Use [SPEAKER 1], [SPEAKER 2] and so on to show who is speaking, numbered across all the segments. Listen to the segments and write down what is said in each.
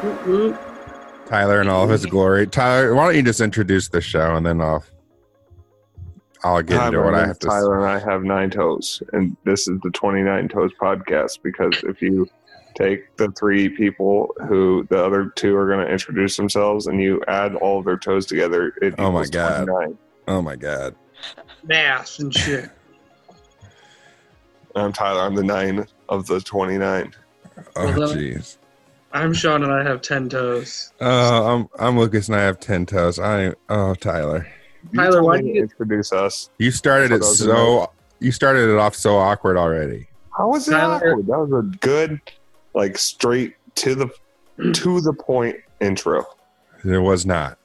[SPEAKER 1] Mm-mm.
[SPEAKER 2] Tyler in all of his glory. Tyler, why don't you just introduce the show and then I'll I'll get
[SPEAKER 3] Hi,
[SPEAKER 2] into
[SPEAKER 3] my
[SPEAKER 2] what I
[SPEAKER 3] name's
[SPEAKER 2] have to say.
[SPEAKER 3] Tyler and I have nine toes, and this is the 29 Toes podcast because if you take the three people who the other two are going to introduce themselves and you add all of their toes together, it
[SPEAKER 2] Oh my
[SPEAKER 3] equals
[SPEAKER 2] God.
[SPEAKER 3] 29.
[SPEAKER 2] Oh my god.
[SPEAKER 1] Math and shit.
[SPEAKER 3] I'm Tyler. I'm the nine of the 29.
[SPEAKER 2] Oh
[SPEAKER 1] Although-
[SPEAKER 2] jeez.
[SPEAKER 1] I'm Sean and I have 10 toes.
[SPEAKER 2] Uh, I'm I'm Lucas and I have ten toes. I oh Tyler,
[SPEAKER 1] Tyler,
[SPEAKER 3] told
[SPEAKER 1] why
[SPEAKER 3] me
[SPEAKER 1] do
[SPEAKER 3] to
[SPEAKER 1] you-
[SPEAKER 3] introduce us?
[SPEAKER 2] you started it
[SPEAKER 3] For those who
[SPEAKER 2] so you started it off so awkward already.
[SPEAKER 3] How was it
[SPEAKER 1] Tyler-
[SPEAKER 3] awkward? That was a good, like straight to the to the point intro.
[SPEAKER 2] It was not.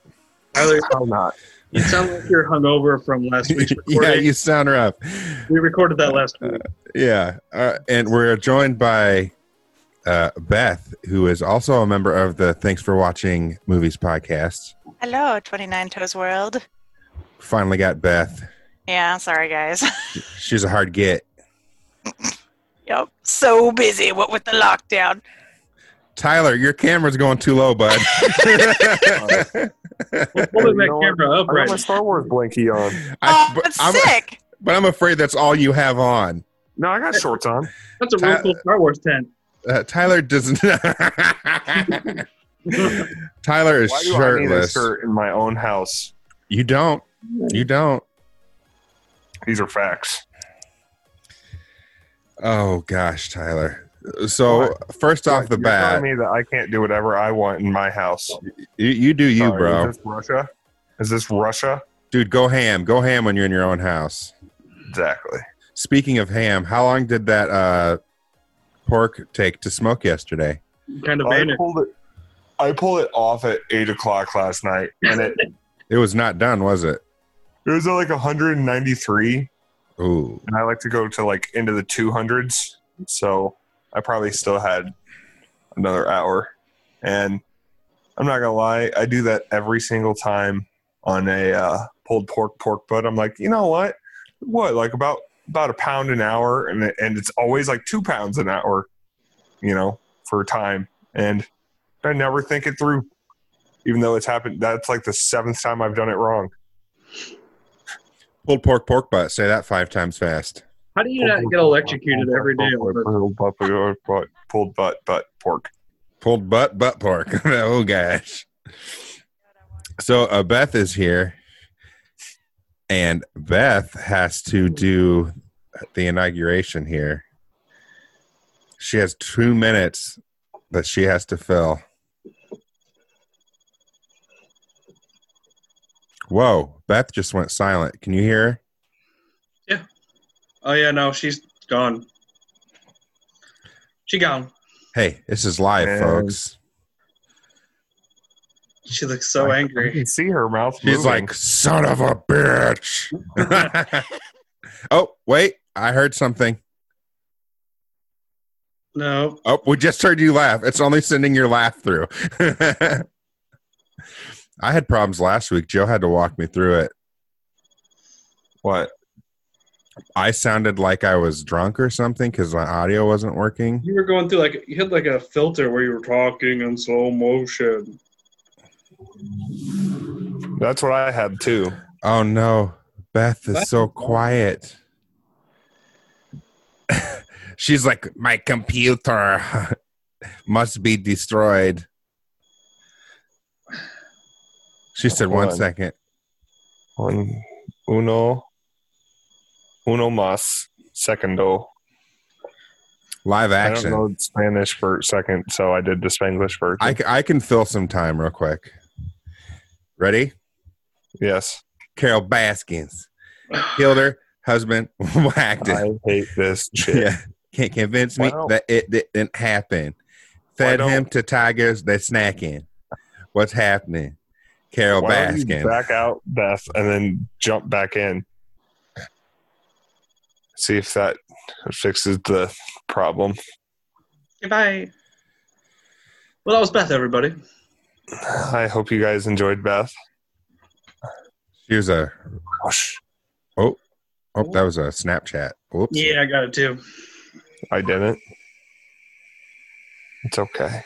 [SPEAKER 1] Tyler,
[SPEAKER 3] How not?
[SPEAKER 1] you sound like you're hungover from last week's
[SPEAKER 2] yeah,
[SPEAKER 1] recording.
[SPEAKER 2] you sound rough.
[SPEAKER 1] We recorded that last week.
[SPEAKER 2] Yeah, uh, and we're joined by uh, Beth, who is also a member of the Thanks for Watching Movies podcast.
[SPEAKER 4] Hello, 29 Toes World.
[SPEAKER 2] Finally got Beth.
[SPEAKER 4] Yeah, sorry guys.
[SPEAKER 2] She's a hard get.
[SPEAKER 4] yep. So busy. What with the lockdown?
[SPEAKER 2] Tyler, your camera's going too low, bud.
[SPEAKER 1] We're holding
[SPEAKER 3] You
[SPEAKER 1] that
[SPEAKER 3] know what?
[SPEAKER 1] camera up
[SPEAKER 3] I got
[SPEAKER 1] right
[SPEAKER 3] my Star Wars blankie on.
[SPEAKER 2] I-
[SPEAKER 4] oh,
[SPEAKER 2] but,
[SPEAKER 4] that's
[SPEAKER 2] I'm,
[SPEAKER 4] sick.
[SPEAKER 2] but I'm afraid that's all you have on.
[SPEAKER 3] No, I got shorts on.
[SPEAKER 1] That's a real cool Star Wars tent.
[SPEAKER 2] Uh, Tyler doesn't. Tyler is
[SPEAKER 3] Why do I need a
[SPEAKER 2] shirtless.
[SPEAKER 3] shirt in my own house?
[SPEAKER 2] You don't. You don't.
[SPEAKER 3] These are facts.
[SPEAKER 2] Oh gosh, Tyler. So first off the
[SPEAKER 3] You're
[SPEAKER 2] bat,
[SPEAKER 3] telling me that I can't do whatever I want in my house.
[SPEAKER 2] you, you do you,
[SPEAKER 3] Sorry,
[SPEAKER 2] bro.
[SPEAKER 3] Is this Russia? Is this Russia?
[SPEAKER 2] Dude, go ham. Go ham when you're in your own house.
[SPEAKER 3] Exactly.
[SPEAKER 2] Speaking of ham, how long did that uh, pork take to smoke yesterday?
[SPEAKER 1] Kind of
[SPEAKER 3] I
[SPEAKER 1] vanished.
[SPEAKER 3] pulled it. I pulled it off at eight o'clock last night, and it,
[SPEAKER 2] It was not done, was it?
[SPEAKER 3] it was at like 193,
[SPEAKER 2] Ooh.
[SPEAKER 3] and I like to go to like into the 200s, so I probably still had another hour. And I'm not gonna lie, I do that every single time on a uh, pulled pork pork butt. I'm like, you know what? What like about about a pound an hour, and it- and it's always like two pounds an hour, you know, for time. And I never think it through, even though it's happened. That's like the seventh time I've done it wrong.
[SPEAKER 2] Pulled pork, pork butt. Say that five times fast.
[SPEAKER 1] How do you not get electrocuted every day over
[SPEAKER 3] Pulled butt, pulled butt, pulled butt, butt pork.
[SPEAKER 2] Pulled butt, butt pork. oh gosh. So uh, Beth is here, and Beth has to do the inauguration here. She has two minutes that she has to fill. Whoa, Beth just went silent. Can you hear her?
[SPEAKER 1] Oh yeah, no, she's gone. She gone.
[SPEAKER 2] Hey, this is live,
[SPEAKER 3] Yes.
[SPEAKER 2] folks.
[SPEAKER 1] She looks so
[SPEAKER 3] You
[SPEAKER 1] angry.
[SPEAKER 3] can see her mouth.
[SPEAKER 2] She's
[SPEAKER 3] moving.
[SPEAKER 2] like, son of a bitch. oh, wait, I heard something.
[SPEAKER 1] No.
[SPEAKER 2] Oh, we just heard you laugh. It's only sending your laugh through. I had problems last week. Joe had to walk me through it.
[SPEAKER 3] what?
[SPEAKER 2] I sounded like I was drunk or something because my audio wasn't working.
[SPEAKER 1] You were going through like you had like a filter where you were talking in slow motion.
[SPEAKER 3] That's what I had too.
[SPEAKER 2] Oh no, Beth is
[SPEAKER 1] What?
[SPEAKER 2] so quiet. She's like, my computer must be destroyed. She said,
[SPEAKER 3] Hold
[SPEAKER 2] one
[SPEAKER 3] on.
[SPEAKER 2] second.
[SPEAKER 3] Un, uno, uno más segundo.
[SPEAKER 2] Live
[SPEAKER 3] I
[SPEAKER 2] action.
[SPEAKER 3] don't know Spanish for second, so I did the Spanglish version.
[SPEAKER 2] I, c- I can fill some time real quick. Ready?
[SPEAKER 3] yes,
[SPEAKER 2] Carol Baskins killed her husband, whacked
[SPEAKER 3] I
[SPEAKER 2] it.
[SPEAKER 3] hate this shit.
[SPEAKER 2] Yeah. Can't convince me
[SPEAKER 3] Wow.
[SPEAKER 2] that it didn't happen. Fed
[SPEAKER 3] don't-
[SPEAKER 2] him to tigers. They're snacking. What's happening? Carol
[SPEAKER 3] Why don't you
[SPEAKER 2] Baskin.
[SPEAKER 3] back out, Beth, and then jump back in. See if that fixes the problem.
[SPEAKER 1] Goodbye. Well, that was Beth, everybody.
[SPEAKER 3] I hope you guys enjoyed Beth.
[SPEAKER 2] she was a.
[SPEAKER 3] Whoosh.
[SPEAKER 2] Oh, that was a Snapchat. Whoops.
[SPEAKER 1] Yeah, I got it too.
[SPEAKER 3] I didn't. It's okay.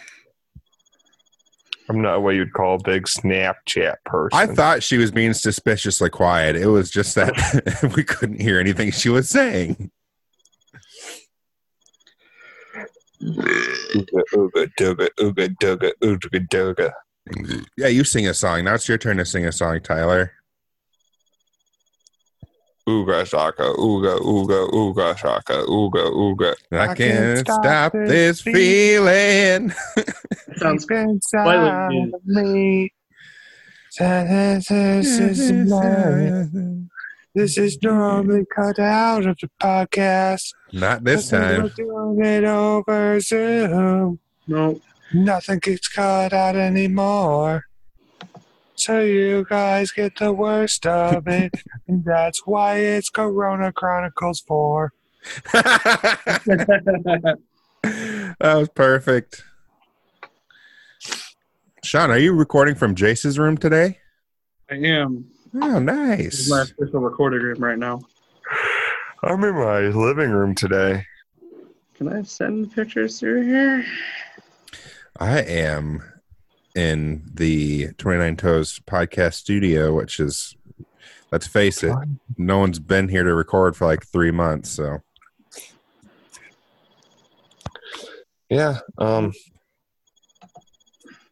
[SPEAKER 3] I'm not what you'd call a big Snapchat person.
[SPEAKER 2] I thought she was being suspiciously quiet. It was just that we couldn't hear anything she was saying.
[SPEAKER 3] Ooga, ooga, dooga, ooga, dooga, ooga, dooga.
[SPEAKER 2] Yeah, you sing a song. Now it's your turn to sing a song, Tyler.
[SPEAKER 3] Ooga shaka, ooga, ooga, ooga shaka, ooga, ooga.
[SPEAKER 2] I, can't stop this feeling.
[SPEAKER 1] It sounds violent music.
[SPEAKER 3] me. This is mine. This is normally cut out of the podcast.
[SPEAKER 2] Not this
[SPEAKER 3] But
[SPEAKER 2] time.
[SPEAKER 3] We're doing it over Zoom.
[SPEAKER 1] No,
[SPEAKER 3] Nothing gets cut out anymore. So you guys get the worst of it. and that's why it's Corona Chronicles 4.
[SPEAKER 2] that was perfect. Sean, are you recording from Jace's room today?
[SPEAKER 1] I am.
[SPEAKER 2] Oh,
[SPEAKER 1] This
[SPEAKER 2] nice.
[SPEAKER 1] is my official recording room right now.
[SPEAKER 3] I'm in my living room today.
[SPEAKER 1] Can I send pictures through here?
[SPEAKER 2] I am in the 29 Toes podcast studio, which is, let's face it, no one's been here to record for like three months. So
[SPEAKER 3] Yeah. Um,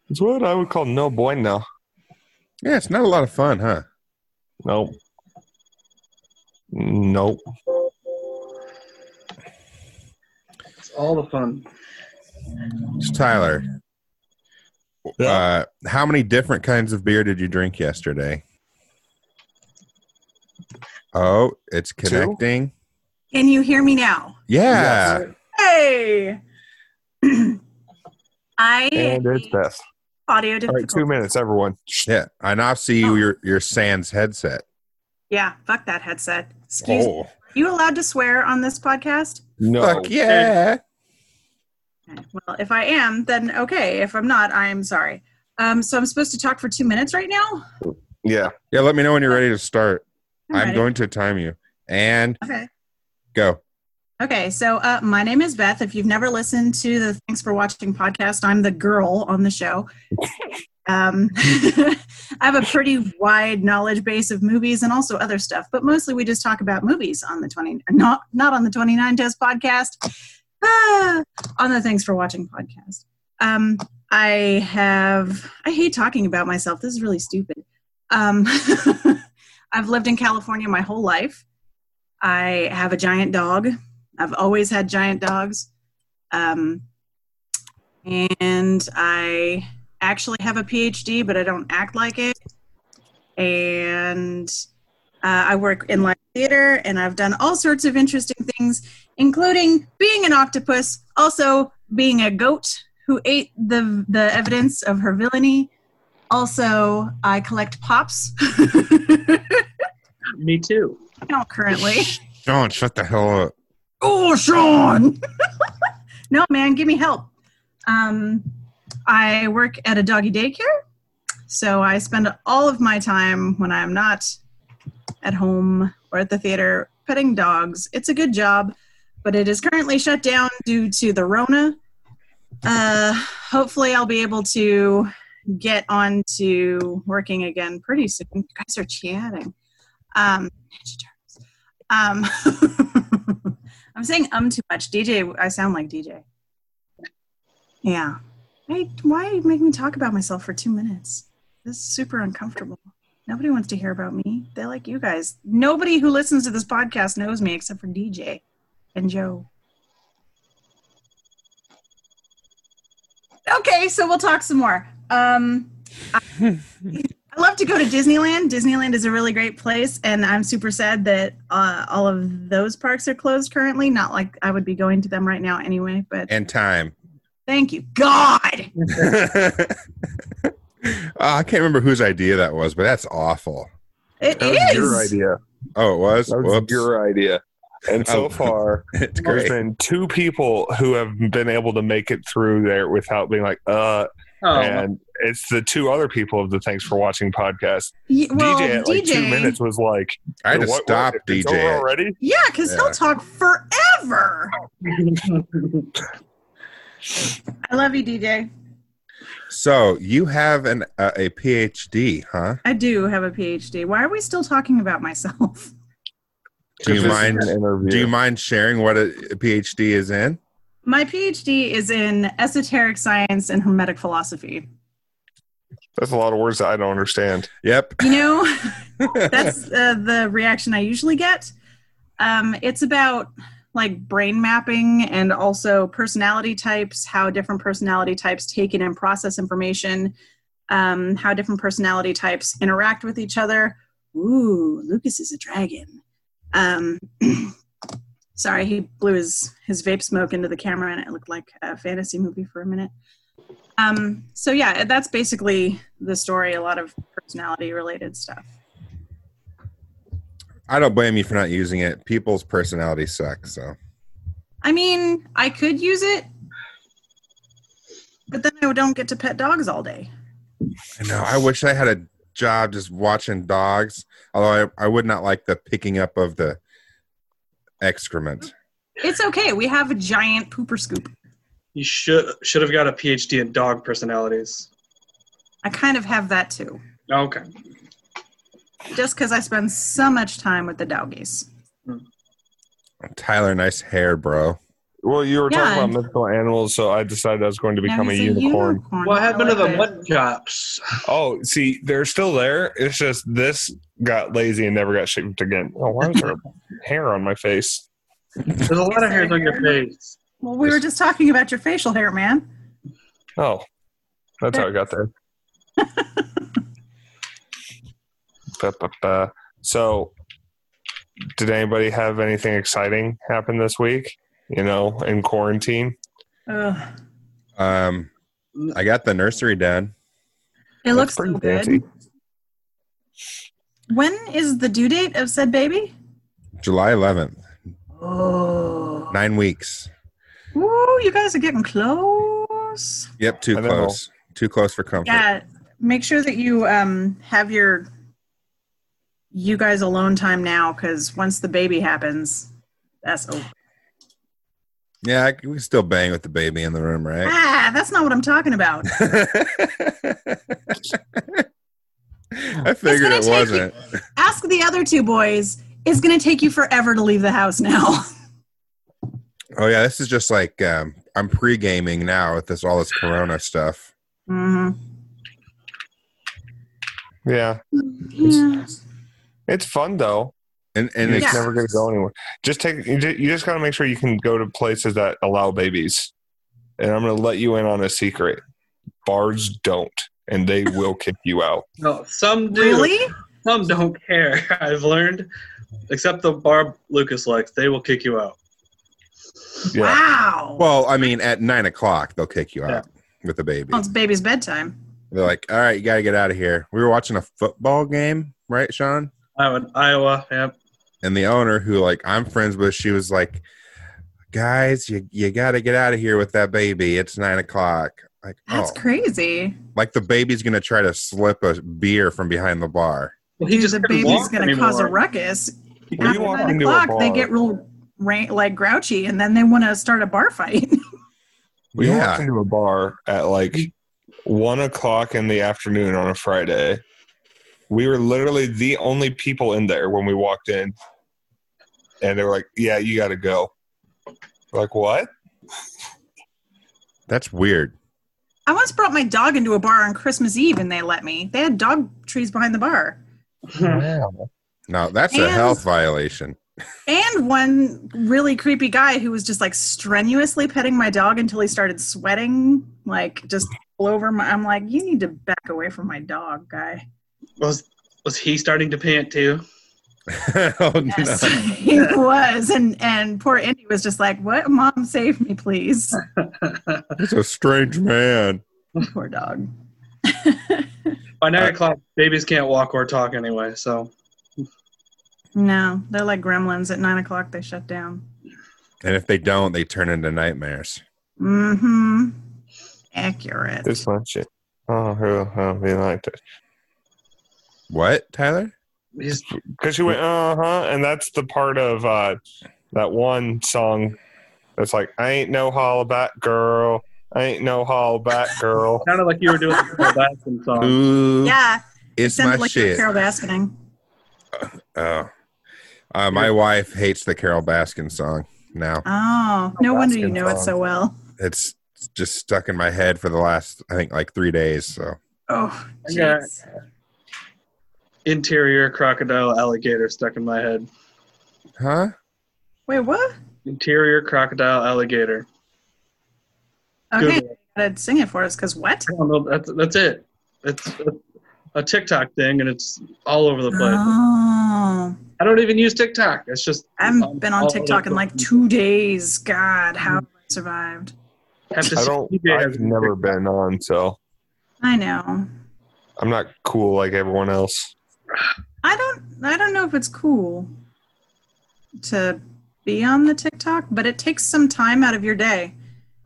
[SPEAKER 3] it's what I would call no bueno.
[SPEAKER 2] yeah, it's not a lot of fun, huh?
[SPEAKER 3] Nope. Nope.
[SPEAKER 1] It's all the fun.
[SPEAKER 2] So Tyler, uh, how many different kinds of beer did you drink yesterday? Oh, it's connecting.
[SPEAKER 5] Can you hear me now?
[SPEAKER 2] Yeah.
[SPEAKER 5] Hey! I
[SPEAKER 3] and it's Beth.
[SPEAKER 5] audio
[SPEAKER 3] All right,
[SPEAKER 5] difficult.
[SPEAKER 3] two minutes, everyone.
[SPEAKER 2] Yeah. I now see you, your your Sans headset.
[SPEAKER 5] yeah, fuck that headset.
[SPEAKER 3] Oh.
[SPEAKER 5] Excuse me. You allowed to swear on this podcast?
[SPEAKER 3] No.
[SPEAKER 2] Fuck yeah.
[SPEAKER 5] Okay, Well, if I am, then okay. If I'm not, I am sorry. Um, so I'm supposed to talk for two minutes right now.
[SPEAKER 3] Yeah.
[SPEAKER 2] Yeah, let me know when you're ready to start.
[SPEAKER 5] All
[SPEAKER 2] I'm
[SPEAKER 5] right.
[SPEAKER 2] going to time you. And
[SPEAKER 5] Okay.
[SPEAKER 2] go.
[SPEAKER 5] Okay. So uh, my name is Beth. If you've never listened to the Thanks for Watching podcast, I'm the girl on the show. um, I have a pretty wide knowledge base of movies and also other stuff, but mostly we just talk about movies on the twenty not not on the Twenty Nine Test podcast, ah, on the Thanks for Watching podcast. Um, I have I hate talking about myself. This is really stupid. Um, I've lived in California my whole life. I have a giant dog. I've always had giant dogs. Um, and I actually have a PhD, but I don't act like it. And uh, I work in live theater, and I've done all sorts of interesting things, including being an octopus, also being a goat who ate the, the evidence of her villainy. Also, I collect pops
[SPEAKER 1] Me too.
[SPEAKER 5] now currently.
[SPEAKER 2] Sean, shut the hell up.
[SPEAKER 5] Oh, Sean! no, man, give me help. Um, I work at a doggy daycare, so I spend all of my time when I'm not at home or at the theater petting dogs. It's a good job, but it is currently shut down due to the Rona. Uh, hopefully, I'll be able to get on to working again pretty soon. You guys are chatting. Um, um, I'm saying um too much. DJ, I sound like DJ. Yeah. Why, why make me talk about myself for two minutes? This is super uncomfortable. Nobody wants to hear about me. They like you guys. Nobody who listens to this podcast knows me except for DJ and Joe. Okay, so we'll talk some more. Um, I love to go to Disneyland. Disneyland is a really great place, and I'm super sad that uh, all of those parks are closed currently. Not like I would be going to them right now anyway, but
[SPEAKER 2] And time.
[SPEAKER 5] thank you, God.
[SPEAKER 2] Uh, I can't remember whose idea that was, but that's awful.
[SPEAKER 5] It
[SPEAKER 3] That was
[SPEAKER 5] is.
[SPEAKER 3] your idea.
[SPEAKER 2] Oh, it was?
[SPEAKER 3] That was
[SPEAKER 2] Whoops.
[SPEAKER 3] your idea. And so
[SPEAKER 2] Oh.
[SPEAKER 3] far,
[SPEAKER 2] It's
[SPEAKER 3] there's
[SPEAKER 2] great.
[SPEAKER 3] been two people who have been able to make it through there without being like, uh,
[SPEAKER 1] Oh,
[SPEAKER 3] and it's the two other people of the Thanks for Watching podcast.
[SPEAKER 5] Y- well,
[SPEAKER 3] DJ at like two minutes was like,
[SPEAKER 2] I had to
[SPEAKER 3] "What- what-
[SPEAKER 2] stop
[SPEAKER 3] it's over
[SPEAKER 2] DJ.
[SPEAKER 3] already?
[SPEAKER 5] Yeah, because
[SPEAKER 2] Yeah.
[SPEAKER 5] he'll talk forever. I love you, DJ.
[SPEAKER 2] So you have an uh, a PhD, huh?
[SPEAKER 5] I do have a PhD. Why are we still talking about myself?
[SPEAKER 2] Do you
[SPEAKER 3] This is
[SPEAKER 2] mind-
[SPEAKER 3] an interview.
[SPEAKER 2] Do you mind sharing what a PhD is in?
[SPEAKER 5] My PhD is in esoteric science and hermetic philosophy.
[SPEAKER 3] That's a lot of words that I don't understand.
[SPEAKER 2] Yep.
[SPEAKER 5] You know, that's uh, the reaction I usually get. Um, it's about like brain mapping and also personality types, how different personality types take in and process information, um, how different personality types interact with each other. Ooh, Lucas is a dragon. Um, sorry, he blew his, his vape smoke into the camera and it looked like a fantasy movie for a minute. Um, so, yeah, that's basically the story, a lot of personality related stuff.
[SPEAKER 2] I don't blame you for not using it. People's personalities suck, so
[SPEAKER 5] I mean, I could use it, but then I don't get to pet dogs all day.
[SPEAKER 2] I know. I wish I had a job just watching dogs. Although I, I would not like the picking up of the excrement.
[SPEAKER 5] It's okay. We have a giant pooper scoop.
[SPEAKER 1] You should should have got a PhD in dog personalities.
[SPEAKER 5] I kind of have that too,
[SPEAKER 1] Okay.
[SPEAKER 5] just because I spend so much time with the doggies.
[SPEAKER 2] Tyler, nice hair, bro.
[SPEAKER 3] Well, you were
[SPEAKER 5] Yeah.
[SPEAKER 3] talking about mythical animals, so I decided I was going to
[SPEAKER 5] Now
[SPEAKER 3] become a
[SPEAKER 5] he's
[SPEAKER 3] unicorn.
[SPEAKER 1] What happened to
[SPEAKER 5] I
[SPEAKER 1] the
[SPEAKER 5] like it.
[SPEAKER 1] mud chops?
[SPEAKER 3] Oh, see, they're still there. It's just this got lazy and never got shaped again. Oh, why is there hair on my face?
[SPEAKER 1] There's a lot of hairs on your face.
[SPEAKER 5] Well, we were just talking about your facial hair, man.
[SPEAKER 3] Oh, that's how I got there. Ba, ba, ba. So, did anybody have anything exciting happen this week? You know, in quarantine?
[SPEAKER 5] Ugh.
[SPEAKER 2] Um, I got the nursery done.
[SPEAKER 5] It
[SPEAKER 3] That's
[SPEAKER 5] looks so
[SPEAKER 3] pretty
[SPEAKER 5] good.
[SPEAKER 3] fancy.
[SPEAKER 5] When is the due date of said baby?
[SPEAKER 2] July 11th,
[SPEAKER 5] Oh.
[SPEAKER 2] nine weeks.
[SPEAKER 5] Ooh, you guys are getting close.
[SPEAKER 2] Yep, too
[SPEAKER 3] I know.
[SPEAKER 2] close. Too close for comfort.
[SPEAKER 5] Yeah, make sure that you um, have your you guys alone time now, because once the baby happens, that's over.
[SPEAKER 2] Yeah, I c- we can still bang with the baby in the room, right?
[SPEAKER 5] Ah, that's not what I'm talking about.
[SPEAKER 2] I figured
[SPEAKER 5] gonna
[SPEAKER 2] it
[SPEAKER 5] take you-
[SPEAKER 2] wasn't.
[SPEAKER 5] Ask the other two boys. It's gonna take you forever to leave the house now.
[SPEAKER 2] Oh yeah, this is just like um, I'm pre gaming now with this all this Corona stuff.
[SPEAKER 5] hmm
[SPEAKER 3] Yeah.
[SPEAKER 5] Yeah.
[SPEAKER 3] It's fun, though.
[SPEAKER 2] And and
[SPEAKER 3] it's
[SPEAKER 2] it's,
[SPEAKER 3] never going to go anywhere. Just take. You ju- you just got to make sure you can go to places that allow babies. And I'm going to let you in on a secret. Bars don't, and they will kick you out.
[SPEAKER 1] No, some do.
[SPEAKER 5] Really?
[SPEAKER 1] Some don't care. I've learned, except the Barb Lucas likes. They will kick you out.
[SPEAKER 3] Yeah.
[SPEAKER 5] Wow.
[SPEAKER 2] well, I mean, at nine o'clock they'll kick you out with the baby.
[SPEAKER 5] Well, it's baby's bedtime.
[SPEAKER 2] They're like, "All right, you got to get out of here." We were watching a football game, right, Sean?
[SPEAKER 1] Iowa, Iowa. Yep.
[SPEAKER 2] And the owner, who like I'm friends with, she was like, "Guys, you you got to get out of here with that baby. It's nine o'clock." Like,
[SPEAKER 5] That's
[SPEAKER 2] oh,
[SPEAKER 5] crazy.
[SPEAKER 2] like the baby's gonna try to slip a beer from behind the bar.
[SPEAKER 1] Well, he
[SPEAKER 5] Dude,
[SPEAKER 1] just
[SPEAKER 5] the
[SPEAKER 1] couldn't
[SPEAKER 5] baby's
[SPEAKER 1] walk
[SPEAKER 5] gonna
[SPEAKER 1] anymore.
[SPEAKER 5] cause a ruckus.
[SPEAKER 3] When
[SPEAKER 5] After
[SPEAKER 3] you walk
[SPEAKER 5] nine
[SPEAKER 3] into a
[SPEAKER 5] o'clock, they
[SPEAKER 3] bar,
[SPEAKER 5] get real ra- like grouchy, and then they want to start a bar fight.
[SPEAKER 3] when you walk
[SPEAKER 2] Yeah.
[SPEAKER 3] into a bar at like one o'clock in the afternoon on a Friday. We were literally the only people in there when we walked in, and they were like, "Yeah, you got to go." Like what?
[SPEAKER 2] That's weird.
[SPEAKER 5] I once brought my dog into a bar on Christmas Eve and they let me. They had dog trees behind the bar.
[SPEAKER 3] Hmm.
[SPEAKER 2] Now that's a
[SPEAKER 5] And-
[SPEAKER 2] health violation.
[SPEAKER 5] And one really creepy guy who was just like strenuously petting my dog until he started sweating, like just all over my. I'm like, you need to back away from my dog, guy.
[SPEAKER 1] Was was he starting to pant too?
[SPEAKER 2] oh,
[SPEAKER 5] Yes,
[SPEAKER 2] no.
[SPEAKER 5] he was. And and poor Indy was just like, what? Mom, save me, please.
[SPEAKER 2] He's a strange man.
[SPEAKER 5] poor dog.
[SPEAKER 1] By nine
[SPEAKER 2] Uh,
[SPEAKER 1] o'clock, babies can't walk or talk anyway. So
[SPEAKER 5] No, they're like gremlins. At nine o'clock, they shut down.
[SPEAKER 2] And if they don't, they turn into nightmares.
[SPEAKER 5] Mm hmm. Accurate.
[SPEAKER 3] This much it. Oh, who- oh, we liked it
[SPEAKER 2] What, Tyler?
[SPEAKER 1] he's
[SPEAKER 3] because she went, uh huh, and that's the part of uh, that one song that's like, "I ain't no hollaback girl, I ain't no hall back girl.
[SPEAKER 1] Sounded like you were doing the Carol Baskin song.
[SPEAKER 2] Ooh,
[SPEAKER 5] Yeah,
[SPEAKER 2] it's
[SPEAKER 5] sounded
[SPEAKER 2] my
[SPEAKER 5] like you were
[SPEAKER 2] shit.
[SPEAKER 5] Carol Baskin.
[SPEAKER 2] Oh. Uh, my wife hates the Carol Baskin song now.
[SPEAKER 5] Oh, no wonder you
[SPEAKER 3] Baskin
[SPEAKER 5] know it so
[SPEAKER 3] song.
[SPEAKER 5] well.
[SPEAKER 2] It's just stuck in my head for the last, I think, like three days. So
[SPEAKER 5] Oh,
[SPEAKER 1] I got-
[SPEAKER 5] jeez.
[SPEAKER 1] Interior crocodile alligator stuck in my head.
[SPEAKER 2] Huh?
[SPEAKER 5] Wait, what?
[SPEAKER 1] Interior crocodile alligator.
[SPEAKER 5] Okay,
[SPEAKER 1] Good one.
[SPEAKER 5] gotta sing it for us. Cause what?
[SPEAKER 1] I don't know. That's, that's it. It's a TikTok thing, and it's all over the place.
[SPEAKER 5] Oh,
[SPEAKER 1] I don't even use TikTok. It's just
[SPEAKER 5] I haven't been on
[SPEAKER 1] all over
[SPEAKER 5] TikTok
[SPEAKER 1] the
[SPEAKER 5] in like
[SPEAKER 1] place.
[SPEAKER 5] two days. God, how have I survived?
[SPEAKER 1] Have to
[SPEAKER 3] I
[SPEAKER 1] see
[SPEAKER 3] don't.
[SPEAKER 1] eBay has
[SPEAKER 3] I've never been on, so
[SPEAKER 5] I know.
[SPEAKER 3] I'm not cool like everyone else.
[SPEAKER 5] I don't. I don't know if it's cool to be on the TikTok, but it takes some time out of your day,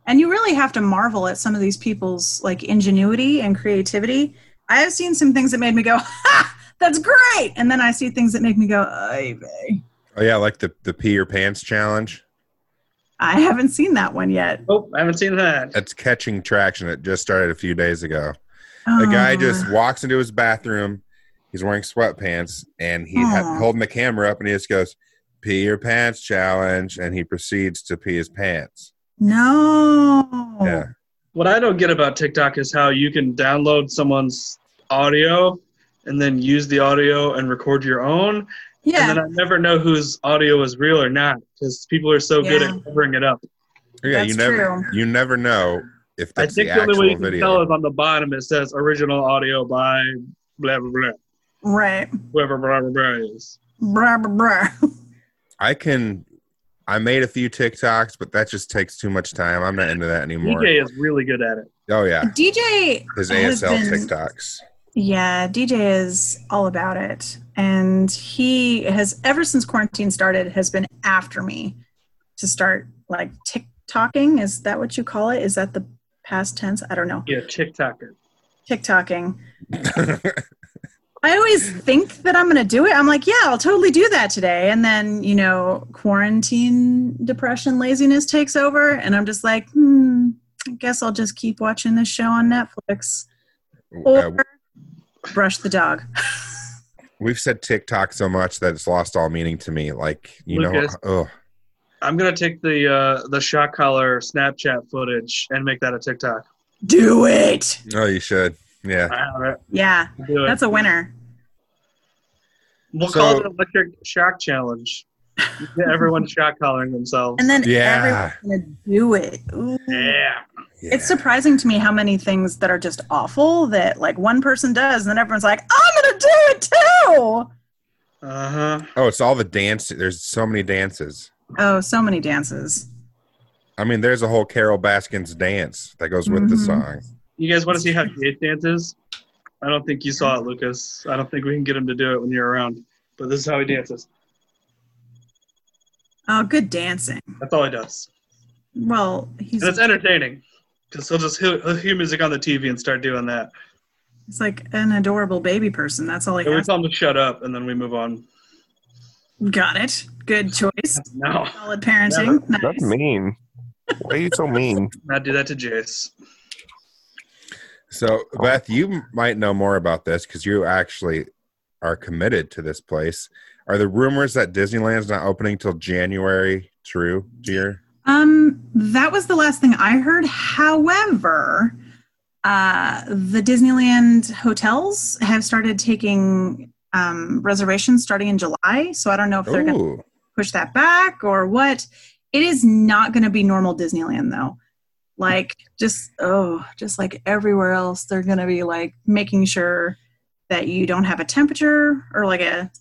[SPEAKER 5] and you really have to marvel at some of these people's like ingenuity and creativity. I have seen some things that made me go, "Ha, that's great," and then I see things that make me go, "Ay vey."
[SPEAKER 2] Oh yeah, like the the pee your pants challenge.
[SPEAKER 5] I haven't seen that one yet.
[SPEAKER 1] Nope, I haven't seen that.
[SPEAKER 2] It's catching traction. It just started a few days ago. The
[SPEAKER 5] Oh,
[SPEAKER 2] guy just walks into his bathroom. He's wearing sweatpants and he ha-
[SPEAKER 5] Aw.
[SPEAKER 2] holding the camera up and he just goes, "Pee your pants challenge," and he proceeds to pee his pants.
[SPEAKER 5] no.
[SPEAKER 2] Yeah.
[SPEAKER 1] What I don't get about TikTok is how you can download someone's audio and then use the audio and record your own,
[SPEAKER 5] Yeah.
[SPEAKER 1] and then I never know whose audio is real or not because people are so good
[SPEAKER 5] Yeah.
[SPEAKER 1] at covering it up.
[SPEAKER 2] Yeah,
[SPEAKER 5] That's
[SPEAKER 2] you never you never know if
[SPEAKER 1] I
[SPEAKER 2] that's
[SPEAKER 1] think
[SPEAKER 2] the
[SPEAKER 1] the only way
[SPEAKER 2] actual
[SPEAKER 1] you can tell
[SPEAKER 2] video.
[SPEAKER 1] is on the bottom it says original audio by blah blah blah
[SPEAKER 5] right.
[SPEAKER 1] whoever blah blah blah is.
[SPEAKER 5] Brah, brah, brah.
[SPEAKER 2] I can I made a few TikToks, but that just takes too much time. I'm not into that anymore.
[SPEAKER 1] DJ E is really good at it.
[SPEAKER 2] Oh yeah.
[SPEAKER 5] DJ
[SPEAKER 2] His
[SPEAKER 5] has
[SPEAKER 2] ASL
[SPEAKER 5] been-
[SPEAKER 2] TikToks.
[SPEAKER 5] Yeah, DJ is all about it. And he has ever since quarantine started has been after me to start like TikToking. Is that what you call it? Is that the past tense? I don't know.
[SPEAKER 1] Yeah, TikToker.
[SPEAKER 5] TikToking. I always think that I'm going to do it. I'm like, yeah, I'll totally do that today. And then, you know, quarantine depression laziness takes over. And I'm just like, hmm, I guess I'll just keep watching this show on Netflix
[SPEAKER 2] Uh,
[SPEAKER 5] or brush the dog.
[SPEAKER 2] we've said TikTok so much that it's lost all meaning to me. Like you
[SPEAKER 1] Lucas.
[SPEAKER 2] know, oh
[SPEAKER 1] I'm gonna take the uh, the shot collar Snapchat footage and make that a TikTok.
[SPEAKER 5] Do it.
[SPEAKER 2] no, oh, you should. Yeah,
[SPEAKER 1] I have it.
[SPEAKER 5] Yeah.
[SPEAKER 1] Do it.
[SPEAKER 5] That's a winner.
[SPEAKER 1] We'll
[SPEAKER 2] So-
[SPEAKER 1] call it an electric shock challenge. Yeah, Everyone's shock collaring themselves.
[SPEAKER 5] And then
[SPEAKER 2] Yeah.
[SPEAKER 5] everyone's gonna do it. Ooh.
[SPEAKER 1] Yeah.
[SPEAKER 2] yeah.
[SPEAKER 5] It's surprising to me how many things that are just awful that like one person does, and then everyone's like, "I'm gonna do it too."
[SPEAKER 1] Uh huh.
[SPEAKER 2] oh, it's all the dance. There's so many dances.
[SPEAKER 5] Oh, so many dances.
[SPEAKER 2] I mean, there's a whole Carol Baskin's dance that goes with the
[SPEAKER 5] Mhm.
[SPEAKER 2] song.
[SPEAKER 1] You guys want to see how Jade dances? I don't think you saw it, Lucas. I don't think we can get him to do it when you're around. But this is how he dances.
[SPEAKER 5] Oh, good dancing.
[SPEAKER 1] That's all he does,
[SPEAKER 5] Well, he's
[SPEAKER 1] and it's entertaining. Because he'll just he'll, he'll hear music on the TV and start doing that.
[SPEAKER 5] he's like an adorable baby person. That's all he
[SPEAKER 1] And we
[SPEAKER 5] has.
[SPEAKER 1] tell him to shut up, and then we move on.
[SPEAKER 5] Got it. Good choice.
[SPEAKER 1] No,
[SPEAKER 5] Solid parenting.
[SPEAKER 3] That's
[SPEAKER 5] nice.
[SPEAKER 3] mean. Why are you so mean?
[SPEAKER 1] not do that to Jace.
[SPEAKER 2] So, Beth, you m- might know more about this because you actually are committed to this place. Are the rumors that Disneyland's not opening till January true, dear?
[SPEAKER 5] Um, that was the last thing I heard. However, uh, the Disneyland hotels have started taking um, reservations starting in July. So I don't know if they're going to
[SPEAKER 2] Ooh,
[SPEAKER 5] push that back or what. It is not going to be normal Disneyland though. Like just oh, just like everywhere else, they're going to be like making sure that you don't have a temperature or like a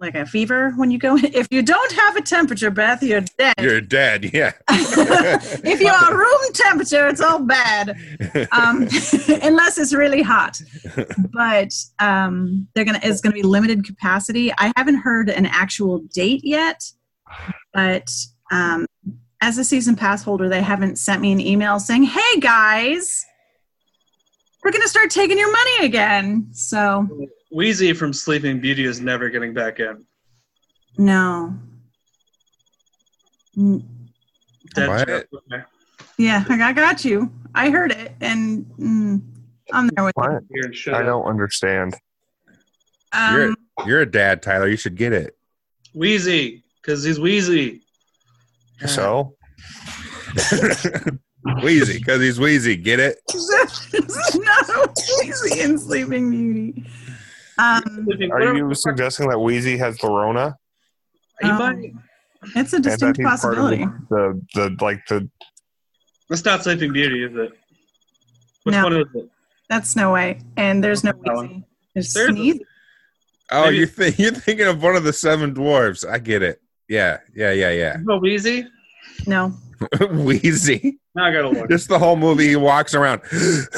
[SPEAKER 5] like a fever when you go. If you don't have a temperature, Beth, you're dead.
[SPEAKER 2] you're dead. Yeah.
[SPEAKER 5] if you are room temperature, it's all bad, um, unless it's really hot. But um, they're gonna it's gonna be limited capacity. I haven't heard an actual date yet, but um, as a season pass holder, they haven't sent me an email saying, "Hey guys, we're gonna start taking your money again." So
[SPEAKER 1] Wheezy from Sleeping Beauty is never getting back in.
[SPEAKER 5] no. N-
[SPEAKER 1] That
[SPEAKER 2] What?
[SPEAKER 1] joke was-
[SPEAKER 5] Yeah, I got- got you. I heard it, and mm, I'm there with you.
[SPEAKER 3] What?
[SPEAKER 1] Here and shut
[SPEAKER 3] I
[SPEAKER 1] up.
[SPEAKER 3] don't understand.
[SPEAKER 5] Um,
[SPEAKER 2] You're a dad, Tyler. You should get it.
[SPEAKER 1] Wheezy, because he's wheezy.
[SPEAKER 3] So
[SPEAKER 2] Wheezy, because he's wheezy. Get it?
[SPEAKER 5] no, Wheezy in Sleeping Beauty. Um,
[SPEAKER 3] are you suggesting that Wheezy has the Rona?
[SPEAKER 5] um, it's a
[SPEAKER 3] And that
[SPEAKER 5] distinct
[SPEAKER 3] he's part of
[SPEAKER 5] possibility.
[SPEAKER 3] The the like the
[SPEAKER 1] That's not Sleeping Beauty, is it? Which
[SPEAKER 5] No.
[SPEAKER 1] one is it?
[SPEAKER 5] That's Snow White, and there's no
[SPEAKER 1] That
[SPEAKER 5] Wheezy. There's
[SPEAKER 1] There's a-
[SPEAKER 5] Sneezy.
[SPEAKER 2] Oh,
[SPEAKER 1] Maybe-
[SPEAKER 2] you're thi- you're thinking of one of the seven dwarves. I get it. Yeah, yeah, yeah, yeah.
[SPEAKER 1] Is it Wheezy?
[SPEAKER 5] No,
[SPEAKER 2] Wheezy.
[SPEAKER 1] Now I gotta look.
[SPEAKER 2] Just the whole movie. He walks around.
[SPEAKER 1] He's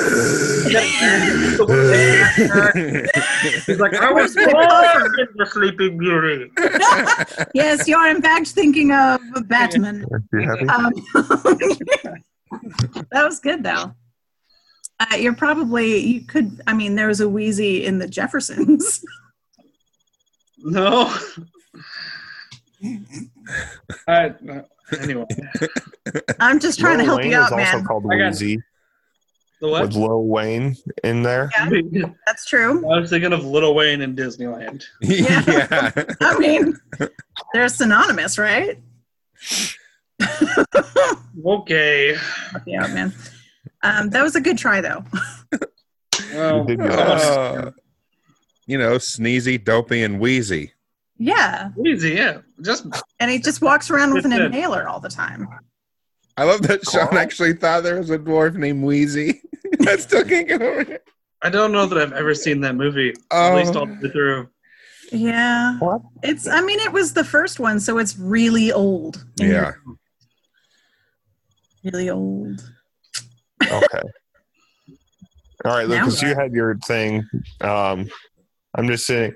[SPEAKER 1] like, I was born in the Sleeping Beauty.
[SPEAKER 5] yes, you're in fact thinking of Batman.
[SPEAKER 3] you happy?
[SPEAKER 5] Um, that was good though. Uh, you're probably you could. I mean, there was a Wheezy in the Jeffersons.
[SPEAKER 1] No. I, uh, anyway,
[SPEAKER 5] I'm just trying to
[SPEAKER 3] Lil
[SPEAKER 5] help
[SPEAKER 3] Wayne
[SPEAKER 5] you
[SPEAKER 3] is
[SPEAKER 5] out,
[SPEAKER 3] also
[SPEAKER 5] man.
[SPEAKER 3] called
[SPEAKER 1] I got-
[SPEAKER 3] Wheezy
[SPEAKER 1] the what?
[SPEAKER 3] with Lil Wayne in there.
[SPEAKER 5] Yeah, that's true.
[SPEAKER 1] I was thinking of Little Wayne in Disneyland.
[SPEAKER 2] yeah.
[SPEAKER 5] I mean, they're synonymous, right?
[SPEAKER 1] Okay.
[SPEAKER 5] Yeah, man. Um, that was a good try, though.
[SPEAKER 1] Oh,
[SPEAKER 3] did good.
[SPEAKER 1] God.
[SPEAKER 2] Uh, you know, sneezy, dopey, and wheezy.
[SPEAKER 5] Yeah,
[SPEAKER 1] Wheezy, yeah. Just
[SPEAKER 5] and he just walks around with an
[SPEAKER 1] That's it.
[SPEAKER 5] inhaler all the time.
[SPEAKER 2] I love that Sean
[SPEAKER 3] Carl?
[SPEAKER 2] actually thought there was a dwarf named Wheezy. I still can't get over it.
[SPEAKER 1] I don't know that I've ever seen that movie.
[SPEAKER 2] Oh.
[SPEAKER 1] At least all the way through.
[SPEAKER 5] Yeah,
[SPEAKER 3] What?
[SPEAKER 5] it's. I mean, it was the first one, so it's really old. And
[SPEAKER 2] Yeah.
[SPEAKER 5] you're really old.
[SPEAKER 3] Okay. All right,
[SPEAKER 5] Now
[SPEAKER 3] Lucas, you had your thing. Um, I'm just saying,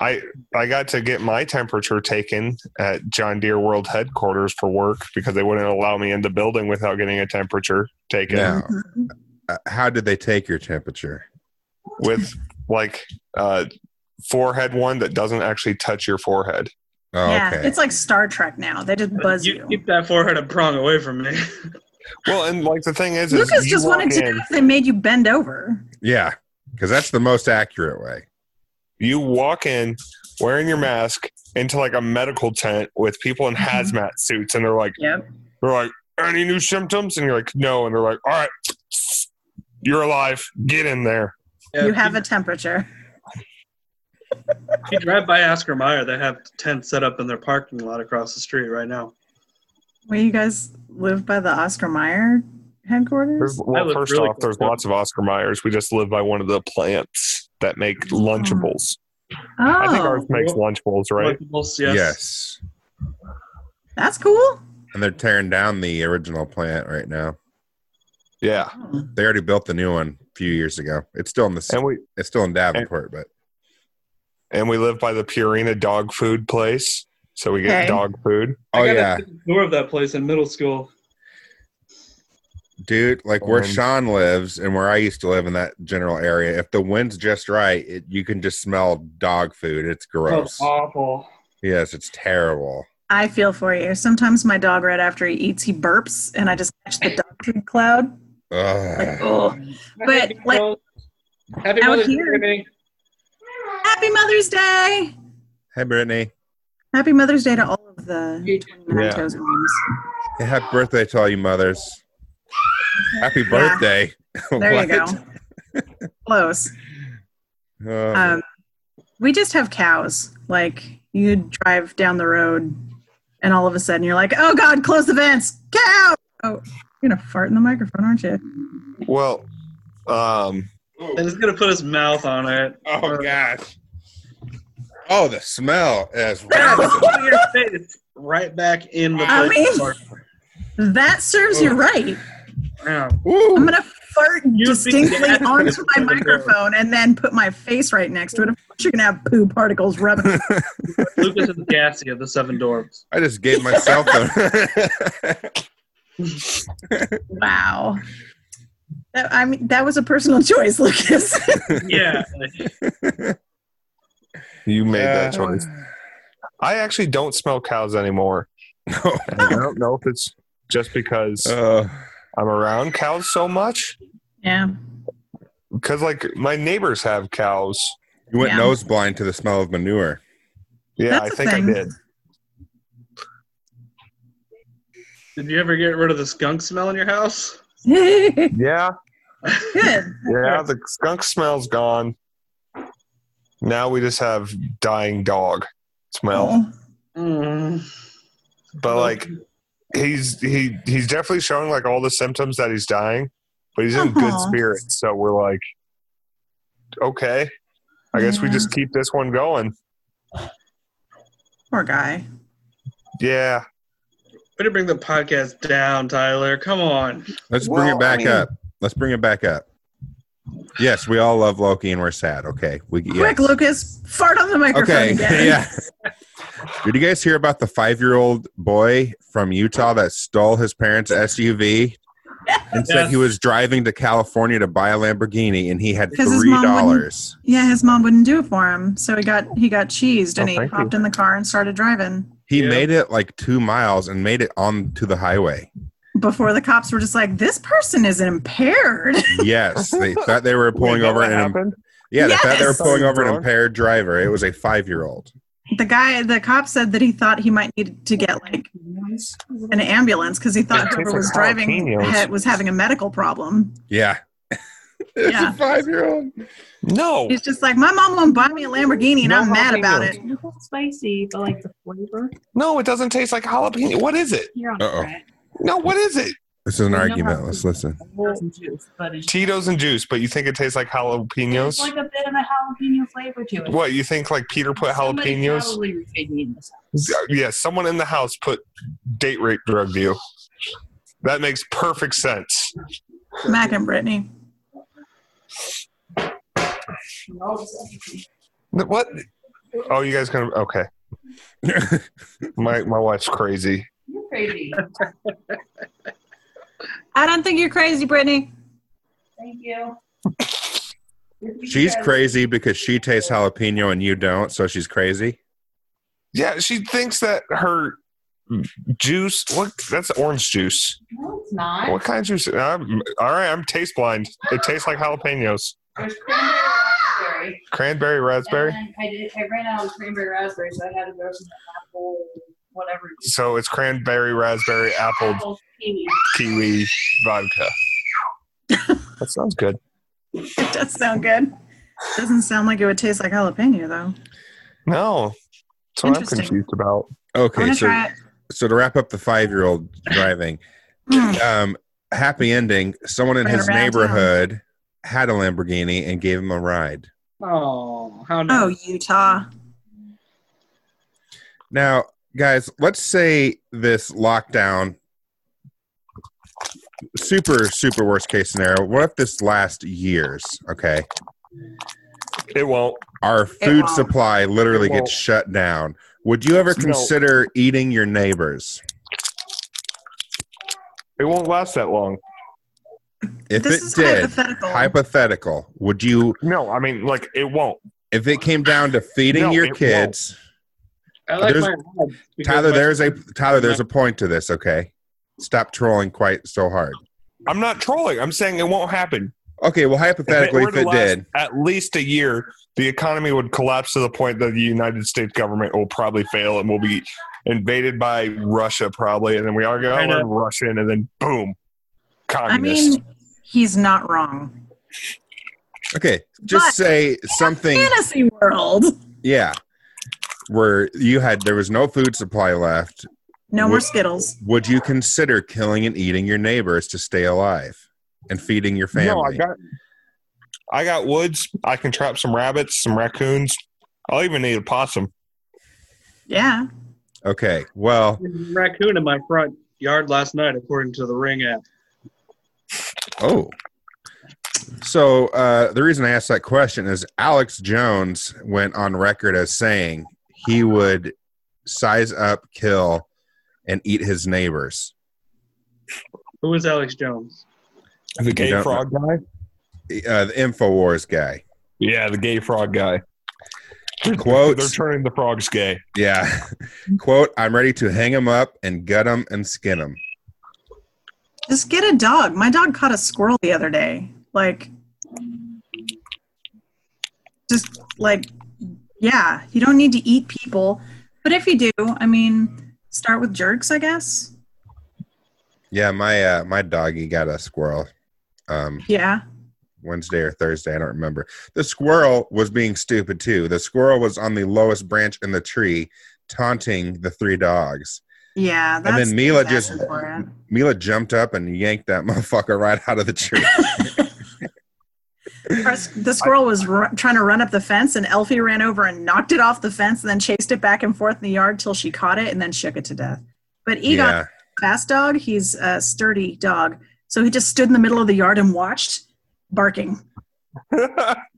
[SPEAKER 3] I I got to get my temperature taken at John Deere World Headquarters for work because they wouldn't allow me in the building without getting a temperature taken
[SPEAKER 2] Yeah.
[SPEAKER 5] Mhm.
[SPEAKER 2] Uh, how did they take your temperature?
[SPEAKER 3] with like uh, forehead one that doesn't actually touch your forehead.
[SPEAKER 2] Oh,
[SPEAKER 5] yeah,
[SPEAKER 2] okay.
[SPEAKER 5] it's like Star Trek now. They just buzz
[SPEAKER 1] you
[SPEAKER 5] you.
[SPEAKER 1] keep that forehead and prong away from me.
[SPEAKER 3] Well, and like the thing is, is
[SPEAKER 5] Lucas
[SPEAKER 3] you
[SPEAKER 5] just
[SPEAKER 3] walk
[SPEAKER 5] wanted to
[SPEAKER 3] in-
[SPEAKER 5] know if they made you bend over.
[SPEAKER 2] yeah. Because that's the most accurate way.
[SPEAKER 3] you walk in wearing your mask into like a medical tent with people in
[SPEAKER 5] Mm-hmm.
[SPEAKER 3] hazmat suits and they're like
[SPEAKER 5] Yep.
[SPEAKER 3] they're like any new symptoms and you're like no and they're like all right you're alive get in there
[SPEAKER 1] Yeah,
[SPEAKER 5] you have
[SPEAKER 1] if
[SPEAKER 5] a temperature.
[SPEAKER 1] you- if you drive by Oscar Mayer, they have tents set up in their parking lot across the street right now.
[SPEAKER 5] Where you guys live by the Oscar Mayer
[SPEAKER 3] There's-
[SPEAKER 5] headquarters?
[SPEAKER 3] well
[SPEAKER 1] look
[SPEAKER 3] first
[SPEAKER 1] really
[SPEAKER 3] off there's
[SPEAKER 1] cool.
[SPEAKER 3] lots of oscar myers we just live by one of the plants that make lunchables i think ours
[SPEAKER 5] Oh,
[SPEAKER 3] makes lunchables right
[SPEAKER 1] Collectibles,
[SPEAKER 2] Yes.
[SPEAKER 1] Yes.
[SPEAKER 5] that's cool.
[SPEAKER 2] And they're tearing down the original plant right now.
[SPEAKER 3] yeah
[SPEAKER 1] Oh.
[SPEAKER 2] They already built the new one a few years ago. It's still in the
[SPEAKER 3] and we
[SPEAKER 2] it's still in Davenport, but
[SPEAKER 3] and we live by the purina dog food place so we get
[SPEAKER 5] Okay.
[SPEAKER 3] dog food
[SPEAKER 1] I
[SPEAKER 2] oh
[SPEAKER 1] got a
[SPEAKER 2] yeah,
[SPEAKER 1] tour of that place in middle school.
[SPEAKER 2] dude. Like where
[SPEAKER 3] Um,
[SPEAKER 2] Sean lives and where I used to live in that general area, if the wind's just right, it, you can just smell dog food. It's
[SPEAKER 5] Oh,
[SPEAKER 2] gross.
[SPEAKER 1] That's awful.
[SPEAKER 2] Yes, it's terrible.
[SPEAKER 5] I feel for you. Sometimes my dog, right after he eats, he burps, and I just catch the dog food cloud. Like,
[SPEAKER 2] Ugh.
[SPEAKER 5] oh. But, like,
[SPEAKER 1] Happy
[SPEAKER 5] out
[SPEAKER 1] Mother's Day,
[SPEAKER 5] here-
[SPEAKER 1] Brittany.
[SPEAKER 5] Happy Mother's Day!
[SPEAKER 2] Hey, Brittany.
[SPEAKER 5] Happy Mother's Day to all of the 29
[SPEAKER 3] Yeah.
[SPEAKER 5] Toes moms.
[SPEAKER 2] Hey, happy birthday to all you mothers. Happy birthday.
[SPEAKER 5] There you go. Close.
[SPEAKER 2] you go.
[SPEAKER 5] Um, we just have cows. Like, you drive down the road, and all of a sudden you're like, oh God, close the vents! Cow! Oh, you're going to fart in the microphone, aren't you?
[SPEAKER 3] well um
[SPEAKER 1] And he's gonna put his mouth on it. Uh,
[SPEAKER 2] oh, gosh. Oh, the smell is.
[SPEAKER 1] Your face right back in the
[SPEAKER 5] I
[SPEAKER 1] place.
[SPEAKER 5] That serves you right.
[SPEAKER 1] Yeah.
[SPEAKER 2] Woo.
[SPEAKER 5] I'm gonna fart
[SPEAKER 1] be
[SPEAKER 5] distinctly
[SPEAKER 1] dead.
[SPEAKER 5] onto my microphone and then put my face right next to it. Of course, you're gonna have poo particles rubbing.
[SPEAKER 1] Lucas is gassy of the Seven Dwarfs.
[SPEAKER 2] I just gave myself a.
[SPEAKER 5] wow. That, I mean, that was a personal choice, Lucas.
[SPEAKER 1] Yeah.
[SPEAKER 3] you made that
[SPEAKER 2] Uh,
[SPEAKER 3] choice I actually don't smell cows anymore.
[SPEAKER 5] Oh.
[SPEAKER 2] No.
[SPEAKER 3] And I don't know if it's just because
[SPEAKER 2] Uh,
[SPEAKER 3] I'm around cows so much
[SPEAKER 5] Yeah.
[SPEAKER 3] because like my neighbors have cows.
[SPEAKER 2] You went
[SPEAKER 5] Yeah.
[SPEAKER 2] nose blind to the smell of manure.
[SPEAKER 3] Yeah,
[SPEAKER 5] That's
[SPEAKER 3] I
[SPEAKER 5] a
[SPEAKER 3] think I
[SPEAKER 5] thing.
[SPEAKER 3] did.
[SPEAKER 1] Did you ever get rid of the skunk smell in your house?
[SPEAKER 5] Good.
[SPEAKER 3] Yeah, yeah. The skunk smell's gone. Now we just have dying dog smell.
[SPEAKER 5] Oh,
[SPEAKER 1] Mm.
[SPEAKER 3] But like he's he he's definitely showing like all the symptoms that he's dying, but he's in good
[SPEAKER 5] Aw.
[SPEAKER 3] spirits. So we're like, okay, I guess we
[SPEAKER 5] Yeah.
[SPEAKER 3] just keep this one going.
[SPEAKER 5] Poor guy.
[SPEAKER 3] Yeah,
[SPEAKER 1] Way to bring the podcast down, Tyler. Come on.
[SPEAKER 2] Let's bring
[SPEAKER 3] Well,
[SPEAKER 2] it
[SPEAKER 3] I
[SPEAKER 2] back
[SPEAKER 3] mean-
[SPEAKER 2] up. Let's bring it back up. Yes, we all love Loki and we're sad. Okay. We yes.
[SPEAKER 5] Quick, Lucas, fart on the microphone
[SPEAKER 2] Okay.
[SPEAKER 5] again.
[SPEAKER 2] yeah. Did you guys hear about the five year old boy from Utah that stole his parents' SUV and said
[SPEAKER 1] Yes.
[SPEAKER 2] he was driving to California to buy a Lamborghini and he had
[SPEAKER 5] 'Cause his
[SPEAKER 2] three
[SPEAKER 5] mom wouldn't-
[SPEAKER 2] dollars?
[SPEAKER 5] Yeah, his mom wouldn't do it for him, so he got he got cheesed, and
[SPEAKER 3] Oh,
[SPEAKER 5] he
[SPEAKER 3] thank
[SPEAKER 5] hopped in the car and started driving.
[SPEAKER 2] He
[SPEAKER 1] Yeah.
[SPEAKER 2] made it like two miles and made it onto the highway.
[SPEAKER 5] Before the cops were just like, "This person is impaired."
[SPEAKER 2] Yes, they thought they were pulling
[SPEAKER 3] Wait,
[SPEAKER 2] over
[SPEAKER 3] that
[SPEAKER 2] an
[SPEAKER 3] happened?
[SPEAKER 2] yeah, they thought they were
[SPEAKER 5] Yes.
[SPEAKER 2] pulling over an
[SPEAKER 3] Drunk?
[SPEAKER 2] impaired driver. It was a five year old.
[SPEAKER 5] the guy, the cop said that he thought he might need to get like an ambulance because he thought
[SPEAKER 3] It tastes
[SPEAKER 5] whoever
[SPEAKER 3] like
[SPEAKER 5] was driving
[SPEAKER 3] jalapenos.
[SPEAKER 5] had, was having a medical problem.
[SPEAKER 2] Yeah. it's
[SPEAKER 5] Yeah.
[SPEAKER 2] a five year old.
[SPEAKER 3] No,
[SPEAKER 5] He's just like, "My mom won't buy me a Lamborghini, and
[SPEAKER 3] No
[SPEAKER 5] I'm mad about it."
[SPEAKER 3] jalapenos.
[SPEAKER 6] It's a little spicy, but like the flavor
[SPEAKER 3] no, it doesn't taste like jalapeno. What is it?
[SPEAKER 6] here on
[SPEAKER 2] Uh-oh.
[SPEAKER 6] the bread
[SPEAKER 3] No, what is it?
[SPEAKER 2] This is an
[SPEAKER 6] No
[SPEAKER 2] argument.
[SPEAKER 6] problem.
[SPEAKER 2] Let's listen.
[SPEAKER 6] has some juice, but it's
[SPEAKER 3] Tito's and juice, but you think it tastes like jalapenos?
[SPEAKER 6] there's like a bit of a jalapeno flavor to it.
[SPEAKER 3] What you think? Like Peter put
[SPEAKER 6] Somebody
[SPEAKER 3] jalapenos?
[SPEAKER 6] Probably repaid this.
[SPEAKER 3] Yeah, someone in the house put date rape drug deal. That makes perfect sense.
[SPEAKER 5] Mac and Brittany.
[SPEAKER 3] Th- What? Oh, you guys gonna? Okay, my my wife's crazy.
[SPEAKER 6] You're crazy.
[SPEAKER 5] I don't think you're crazy, Brittany.
[SPEAKER 6] Thank you.
[SPEAKER 2] she's crazy because she tastes jalapeno and you don't, so she's crazy.
[SPEAKER 3] Yeah, she thinks that her juice. What? That's orange juice.
[SPEAKER 6] No, it's not.
[SPEAKER 3] What kind of juice? I'm, all right, I'm taste blind. It tastes like jalapenos,
[SPEAKER 6] There's cranberry
[SPEAKER 3] cranberry,
[SPEAKER 6] raspberry.
[SPEAKER 3] raspberry.
[SPEAKER 6] And then I, did, I ran out of cranberry raspberry, so I had to go to apple, whatever.
[SPEAKER 3] So it's cranberry, raspberry, apple,
[SPEAKER 6] Apple kiwi.
[SPEAKER 3] kiwi, vodka. That sounds good.
[SPEAKER 5] It does sound good. Doesn't sound like it would taste like jalapeno though.
[SPEAKER 3] No, that's what I'm
[SPEAKER 5] Interesting.
[SPEAKER 3] confused about.
[SPEAKER 5] I'm
[SPEAKER 2] Okay,
[SPEAKER 5] gonna
[SPEAKER 2] so
[SPEAKER 5] try it.
[SPEAKER 2] so to wrap up the five year old driving,
[SPEAKER 5] Mm.
[SPEAKER 2] um, happy ending. Someone in
[SPEAKER 5] Right
[SPEAKER 2] his
[SPEAKER 5] around town.
[SPEAKER 2] neighborhood had a Lamborghini and gave him a ride.
[SPEAKER 1] Oh, how nice.
[SPEAKER 5] Oh, Utah.
[SPEAKER 2] Now, guys, let's say this lockdown super super worst case scenario. What if this lasts years? Okay,
[SPEAKER 3] It won't.
[SPEAKER 2] our food
[SPEAKER 5] won't.
[SPEAKER 2] supply literally
[SPEAKER 3] It won't.
[SPEAKER 2] gets shut down. Would you ever
[SPEAKER 3] No.
[SPEAKER 2] consider eating your neighbors?
[SPEAKER 3] It won't last that long.
[SPEAKER 2] If
[SPEAKER 5] this
[SPEAKER 2] it
[SPEAKER 5] is
[SPEAKER 2] did,
[SPEAKER 5] hypothetical.
[SPEAKER 2] hypothetical, would you
[SPEAKER 3] No, I mean, like, it won't.
[SPEAKER 2] if it came down to feeding
[SPEAKER 3] No, it
[SPEAKER 2] your
[SPEAKER 3] won't.
[SPEAKER 2] kids,
[SPEAKER 1] I like
[SPEAKER 2] There's-
[SPEAKER 1] my dad because
[SPEAKER 2] Tyler,
[SPEAKER 1] my-
[SPEAKER 2] there's a Tyler, there's a point to this, okay? Stop trolling quite so hard.
[SPEAKER 3] I'm not trolling. I'm saying it won't happen.
[SPEAKER 2] Okay, well hypothetically
[SPEAKER 3] were
[SPEAKER 2] if
[SPEAKER 3] to
[SPEAKER 2] it
[SPEAKER 3] last
[SPEAKER 2] did.
[SPEAKER 3] At least a year, the economy would collapse to the point that the United States government will probably fail and will be invaded by Russia, probably. And then we are going
[SPEAKER 1] China.
[SPEAKER 3] to Russian, and then boom,
[SPEAKER 5] I
[SPEAKER 3] communist.
[SPEAKER 5] mean, he's not wrong.
[SPEAKER 2] Okay, just
[SPEAKER 5] But-
[SPEAKER 2] say something
[SPEAKER 5] Fantasy world.
[SPEAKER 2] yeah. Where you had there was no food supply left.
[SPEAKER 5] No more
[SPEAKER 2] Would-
[SPEAKER 5] Skittles.
[SPEAKER 2] Would you consider killing and eating your neighbors to stay alive and feeding your family?
[SPEAKER 3] No, I got, I got woods. I can trap some rabbits, some raccoons. I'll even eat a possum.
[SPEAKER 5] Yeah.
[SPEAKER 2] okay. Well,
[SPEAKER 1] there's a raccoon in my front yard last night, according to the Ring app.
[SPEAKER 2] Oh. So uh, the reason I asked that question is Alex Jones went on record as saying he would size up, kill, and eat his neighbors.
[SPEAKER 1] Who is Alex Jones?
[SPEAKER 3] The
[SPEAKER 2] gay
[SPEAKER 3] gay frog
[SPEAKER 2] frog
[SPEAKER 3] guy.
[SPEAKER 2] Uh, the Infowars guy.
[SPEAKER 3] Yeah, the gay frog guy. They're
[SPEAKER 2] Quote,
[SPEAKER 3] turning the frogs gay.
[SPEAKER 2] yeah. Quote, I'm ready to hang him up and gut him and skin him.
[SPEAKER 5] Just get a dog. My dog caught a squirrel the other day. Like, just like, yeah, you don't need to eat people. But if you do, I mean, start with jerks, I guess.
[SPEAKER 2] Yeah, my uh, my doggy got a squirrel. Um,
[SPEAKER 5] Yeah.
[SPEAKER 2] Wednesday or Thursday. I don't remember. The squirrel was being stupid too. The squirrel was on the lowest branch in the tree, taunting the three dogs.
[SPEAKER 5] Yeah.
[SPEAKER 2] then
[SPEAKER 5] that's
[SPEAKER 2] Mila
[SPEAKER 5] bad
[SPEAKER 2] just-
[SPEAKER 5] for it.
[SPEAKER 2] Mila jumped up and yanked that motherfucker right out of the tree.
[SPEAKER 5] Our s- The squirrel was ru- trying to run up the fence, and Elfie ran over and knocked it off the fence, and then chased it back and forth in the yard till she caught it, and then shook it to death. But Egon,
[SPEAKER 2] yeah,
[SPEAKER 5] fast dog, he's a sturdy dog, so he just stood in the middle of the yard and watched, barking.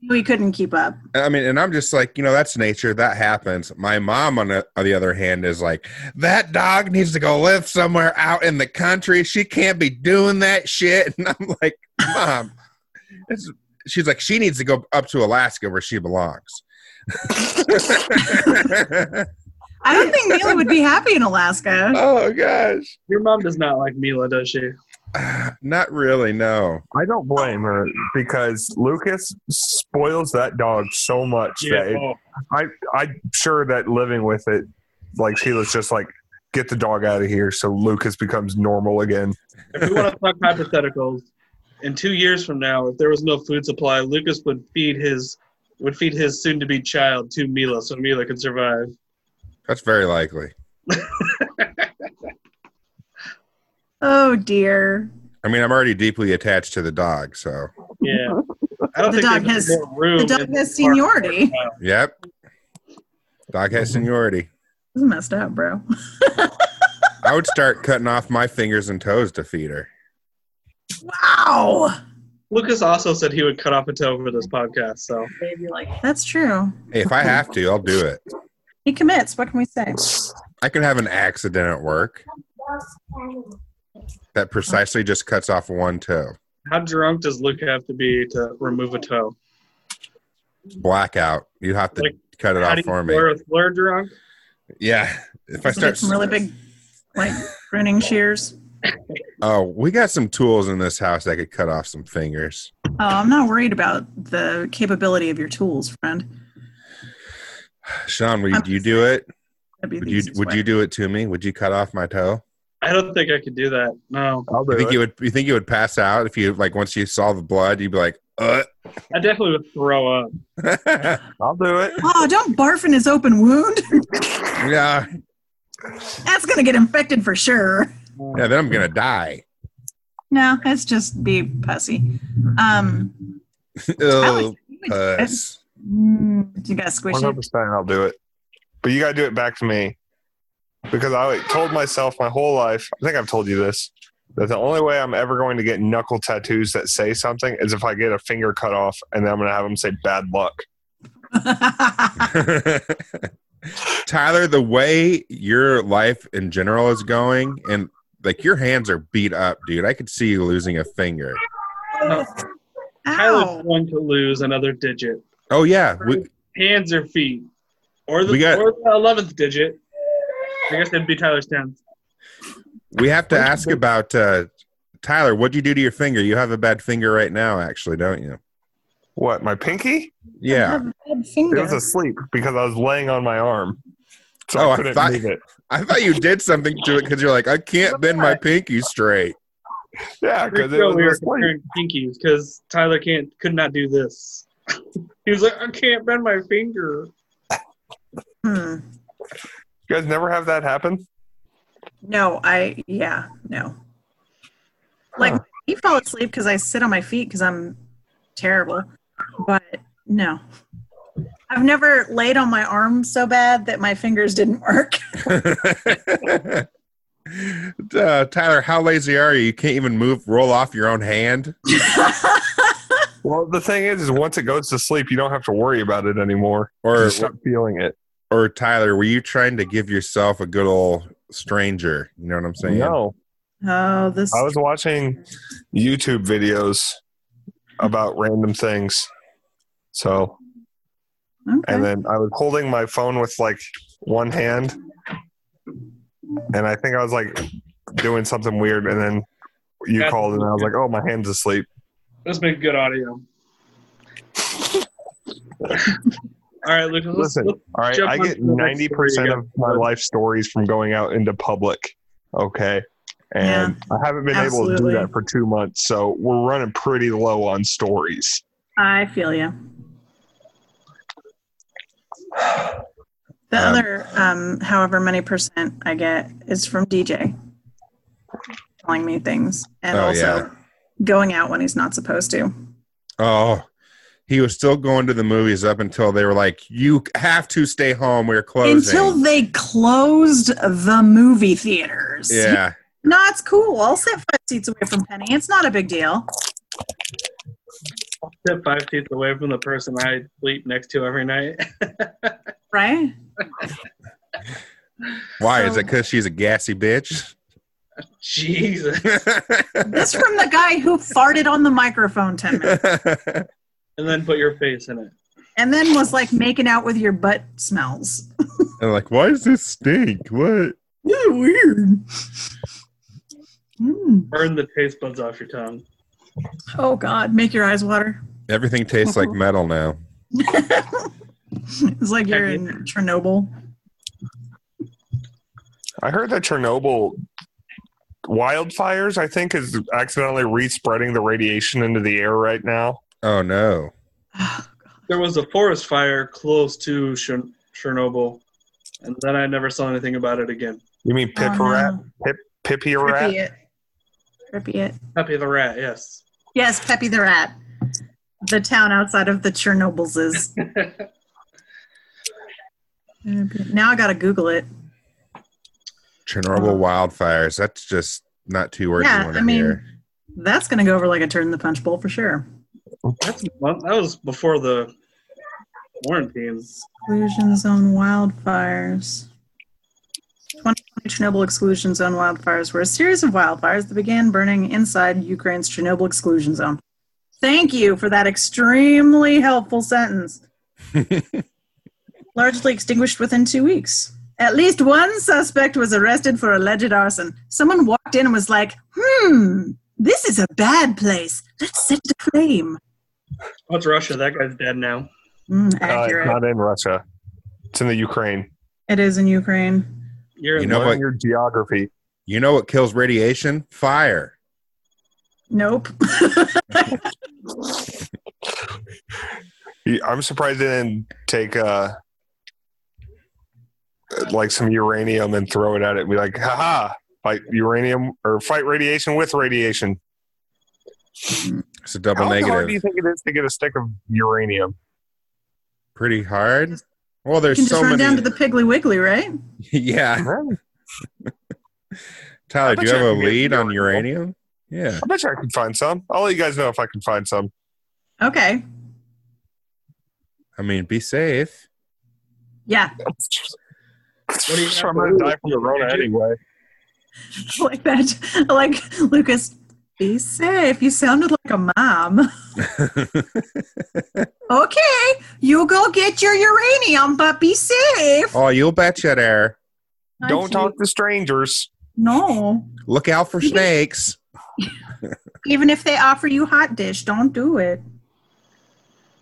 [SPEAKER 5] We couldn't keep up.
[SPEAKER 2] I mean, and I'm just like, you know, that's nature. That happens. My mom, on the, on the other hand, is like, that dog needs to go live somewhere out in the country. She can't be doing that shit. And I'm like, mom, it's, she's like, she needs to go up to Alaska where she belongs.
[SPEAKER 5] I don't think Mila would be happy in Alaska.
[SPEAKER 2] oh gosh
[SPEAKER 1] Your mom does not like Mila, does she?
[SPEAKER 2] not really no
[SPEAKER 3] I don't blame her because Lucas spoils that dog so much that it,
[SPEAKER 1] Oh,
[SPEAKER 3] I'm sure that living with it, like Sheila's just like, get the dog out of here so Lucas becomes normal again.
[SPEAKER 1] if we want to talk hypotheticals, in two years from now, if there was no food supply, Lucas would feed his would feed his soon-to-be child to Mila, so Mila could survive.
[SPEAKER 2] that's very likely
[SPEAKER 5] Oh dear.
[SPEAKER 2] i mean i'm already deeply attached to the dog so
[SPEAKER 1] Yeah, I don't
[SPEAKER 5] The
[SPEAKER 1] think
[SPEAKER 5] dog
[SPEAKER 1] there's
[SPEAKER 5] has-
[SPEAKER 1] more room.
[SPEAKER 5] The
[SPEAKER 1] in
[SPEAKER 5] dog
[SPEAKER 1] the
[SPEAKER 5] has
[SPEAKER 1] park.
[SPEAKER 5] seniority.
[SPEAKER 2] yep dog has seniority
[SPEAKER 5] This is messed up, bro.
[SPEAKER 2] i would start cutting off my fingers and toes to feed her
[SPEAKER 5] Wow.
[SPEAKER 1] Lucas also said he would cut off a toe for this podcast. So
[SPEAKER 6] They'd be like,
[SPEAKER 5] That's true.
[SPEAKER 2] hey, if i have to i'll do it
[SPEAKER 5] He commits. What can we say?
[SPEAKER 2] i could have an accident at work that precisely just cuts off one toe
[SPEAKER 1] how drunk does Luke have to be to remove a toe?
[SPEAKER 2] blackout you have to
[SPEAKER 1] Like,
[SPEAKER 2] cut it
[SPEAKER 1] How do
[SPEAKER 2] off
[SPEAKER 1] you
[SPEAKER 2] for me
[SPEAKER 1] slur, slur drunk?
[SPEAKER 2] yeah if i
[SPEAKER 5] Like
[SPEAKER 2] start
[SPEAKER 5] some really big, like pruning shears.
[SPEAKER 2] oh we got some tools in this house that could cut off some fingers
[SPEAKER 5] Oh, I'm not worried about the capability of your tools, friend.
[SPEAKER 2] sean would
[SPEAKER 5] I'm
[SPEAKER 2] you do it
[SPEAKER 5] That'd be
[SPEAKER 2] Would
[SPEAKER 5] the
[SPEAKER 2] you
[SPEAKER 5] easiest
[SPEAKER 2] would
[SPEAKER 5] way.
[SPEAKER 2] you do it to me? Would you cut off my toe?
[SPEAKER 1] I don't think I could do that. No,
[SPEAKER 3] I'll do
[SPEAKER 2] You think
[SPEAKER 3] it.
[SPEAKER 2] you would? You think you would pass out if you like once you saw the blood? You'd be like, uh.
[SPEAKER 1] I definitely would throw up.
[SPEAKER 3] I'll do it.
[SPEAKER 5] Oh, don't barf in his open wound.
[SPEAKER 2] yeah,
[SPEAKER 5] That's gonna get infected for sure.
[SPEAKER 2] yeah. Then I'm gonna die.
[SPEAKER 5] No, it's just be pussy. Um,
[SPEAKER 2] Oh,
[SPEAKER 5] Mm,
[SPEAKER 2] puss.
[SPEAKER 5] you gotta squish it.
[SPEAKER 3] 100% I'll do it. But you got to do it back to me because I like, told myself my whole life, I think I've told you this, that the only way I'm ever going to get knuckle tattoos that say something is if I get a finger cut off and then I'm going to have them say bad luck.
[SPEAKER 2] Tyler, the way your life in general is going, and like your hands are beat up, dude. I could see you losing a finger.
[SPEAKER 1] No, Tyler's
[SPEAKER 5] Ow.
[SPEAKER 1] going to lose another digit.
[SPEAKER 2] Oh yeah, we,
[SPEAKER 1] hands or feet, or the
[SPEAKER 2] We got-
[SPEAKER 1] or the eleventh digit. I guess that'd be Tyler's tenth.
[SPEAKER 2] we have to ask about uh, Tyler. What'd you do to your finger? You have a bad finger right now, actually, don't you?
[SPEAKER 3] What, my pinky?
[SPEAKER 5] I
[SPEAKER 2] Yeah.
[SPEAKER 5] have a bad
[SPEAKER 3] It
[SPEAKER 5] finger.
[SPEAKER 3] was asleep because I was laying on my arm. So
[SPEAKER 2] Oh, I
[SPEAKER 3] I couldn't
[SPEAKER 2] thought-
[SPEAKER 3] move it.
[SPEAKER 2] I thought you did something to it because you're like, I can't bend my pinky straight.
[SPEAKER 3] Yeah,
[SPEAKER 1] Because
[SPEAKER 3] because it
[SPEAKER 1] we were
[SPEAKER 3] was asleep.
[SPEAKER 1] comparing pinkies because Tyler can't could not do this. he was like, I can't bend my finger.
[SPEAKER 5] Hmm.
[SPEAKER 3] You guys never have that happen?
[SPEAKER 5] No, I yeah no. Like
[SPEAKER 3] Huh.
[SPEAKER 5] you fall asleep because I sit on my feet because I'm terrible, but no. I've never laid on my arm so bad that my fingers didn't work.
[SPEAKER 2] uh, Tyler, how lazy are you? You can't even move, roll off your own hand.
[SPEAKER 3] Well, the thing is, is once it goes to sleep, you don't have to worry about it anymore.
[SPEAKER 2] Or,
[SPEAKER 3] You stop feeling it.
[SPEAKER 2] or Tyler, were you trying to give yourself a good old stranger? You know what I'm saying?
[SPEAKER 3] No.
[SPEAKER 5] oh, this
[SPEAKER 3] I was watching YouTube videos about random things. So, and
[SPEAKER 5] okay.
[SPEAKER 3] then I was holding my phone with like one hand. And I think I was like doing something weird. And then you
[SPEAKER 1] Yeah.
[SPEAKER 3] called and I was like, oh, my hand's asleep.
[SPEAKER 1] That's been good audio. All right, Lucas. let's-
[SPEAKER 3] Listen,
[SPEAKER 1] let's-
[SPEAKER 3] all right,
[SPEAKER 1] Jeff
[SPEAKER 3] I
[SPEAKER 1] wants
[SPEAKER 3] get
[SPEAKER 1] to know what
[SPEAKER 3] ninety
[SPEAKER 1] story
[SPEAKER 3] percent
[SPEAKER 1] you
[SPEAKER 3] of my life stories from going out into public. Okay. And I haven't been able to
[SPEAKER 5] absolutely.
[SPEAKER 3] do that for two months, so we're running pretty low on stories.
[SPEAKER 5] I feel you. The
[SPEAKER 2] Um,
[SPEAKER 5] other, um, however many percent I get is from DJ telling me things and
[SPEAKER 2] Oh,
[SPEAKER 5] also
[SPEAKER 2] yeah.
[SPEAKER 5] going out when he's not supposed to.
[SPEAKER 2] Oh, he was still going to the movies up until they were like, "You have to stay home. We're closing."
[SPEAKER 5] Until they closed the movie theaters.
[SPEAKER 2] yeah,
[SPEAKER 5] No, it's cool. I'll sit five seats away from Penny. It's not a big deal.
[SPEAKER 1] sit five feet away from the person I sleep next to every night.
[SPEAKER 5] Right?
[SPEAKER 2] why is
[SPEAKER 5] So-
[SPEAKER 2] it? Because she's a gassy bitch.
[SPEAKER 1] Jesus.
[SPEAKER 5] This from the guy who farted on the microphone 10 minutes
[SPEAKER 1] And then put your face in it.
[SPEAKER 5] and then was like making out with your butt smells.
[SPEAKER 2] And like, why does this stink? What?
[SPEAKER 5] Yeah, weird. Mm.
[SPEAKER 1] Burn the taste buds off your tongue.
[SPEAKER 5] Oh, God. Make your eyes water.
[SPEAKER 2] Everything tastes like metal now.
[SPEAKER 5] It's like you're in Chernobyl.
[SPEAKER 3] I heard that Chernobyl wildfires, I think, is accidentally re-spreading the radiation into the air right now.
[SPEAKER 2] Oh no.
[SPEAKER 1] There was a forest fire close to Chern- Chernobyl, and then I never saw anything about it again.
[SPEAKER 3] You mean Uh,
[SPEAKER 5] Oh,
[SPEAKER 3] Pip
[SPEAKER 5] no.
[SPEAKER 3] Rat? Pippy
[SPEAKER 5] Peppy
[SPEAKER 3] Rat?
[SPEAKER 5] it. Peppy it.
[SPEAKER 1] Happy the rat, yes.
[SPEAKER 5] Yes, Peppy the Rat. The town outside of the Chernobyls is. now I gotta Google it.
[SPEAKER 2] Chernobyl wildfires. That's just not two words
[SPEAKER 5] Uh-huh. Yeah,
[SPEAKER 2] you want
[SPEAKER 5] I
[SPEAKER 2] to
[SPEAKER 5] mean-
[SPEAKER 2] hear.
[SPEAKER 5] That's gonna go over like a turn in the punch bowl for sure.
[SPEAKER 1] That's well, that was before the quarantines.
[SPEAKER 5] Exclusion zone wildfires. 2020 Chernobyl exclusion zone wildfires were a series of wildfires that began burning inside Ukraine's Chernobyl exclusion zone. Thank you for that extremely helpful sentence. Largely extinguished within two weeks. At least one suspect was arrested for alleged arson. Someone walked in and was like, hmm, this is a bad place. Let's set it aflame.
[SPEAKER 1] What's Russia? That guy's dead now.
[SPEAKER 3] Uh,
[SPEAKER 5] Mm,
[SPEAKER 3] it's
[SPEAKER 5] accurate.
[SPEAKER 3] not in Russia. It's in the Ukraine.
[SPEAKER 5] it is in Ukraine.
[SPEAKER 1] You're
[SPEAKER 2] You
[SPEAKER 1] in
[SPEAKER 2] know
[SPEAKER 3] Learn
[SPEAKER 2] what-
[SPEAKER 3] your geography.
[SPEAKER 2] You know what kills radiation? Fire.
[SPEAKER 5] Nope.
[SPEAKER 3] You- I'm surprised they didn't take uh, like some uranium and throw it at it and be like, haha, fight uranium or fight radiation with radiation.
[SPEAKER 2] It's a double
[SPEAKER 3] How hard
[SPEAKER 2] negative.
[SPEAKER 3] do you think it is to get a stick of uranium?
[SPEAKER 2] Pretty hard. Well,
[SPEAKER 5] You can
[SPEAKER 2] there's
[SPEAKER 5] just
[SPEAKER 2] so
[SPEAKER 5] run down to
[SPEAKER 2] many.
[SPEAKER 5] the Piggly Wiggly, right?
[SPEAKER 2] yeah, Tyler, do
[SPEAKER 3] I bet
[SPEAKER 2] you have
[SPEAKER 3] you
[SPEAKER 2] a
[SPEAKER 3] I can get
[SPEAKER 2] lead on uranium?
[SPEAKER 3] uranium.
[SPEAKER 2] Yeah.
[SPEAKER 3] I bet you I can find some. I'll let you guys know if I can find some.
[SPEAKER 5] Okay.
[SPEAKER 2] I mean, be safe.
[SPEAKER 5] Yeah.
[SPEAKER 1] do you
[SPEAKER 3] I'm gonna die from the Rona anyway.
[SPEAKER 5] I like that. I like Lucas. Be safe. You sounded like a mom. Okay. You go get your uranium, but be safe.
[SPEAKER 2] oh, you'll betcha there.
[SPEAKER 3] Don't talk to strangers.
[SPEAKER 5] No.
[SPEAKER 2] Look out for snakes.
[SPEAKER 5] Even if they offer you hot dish, don't do it.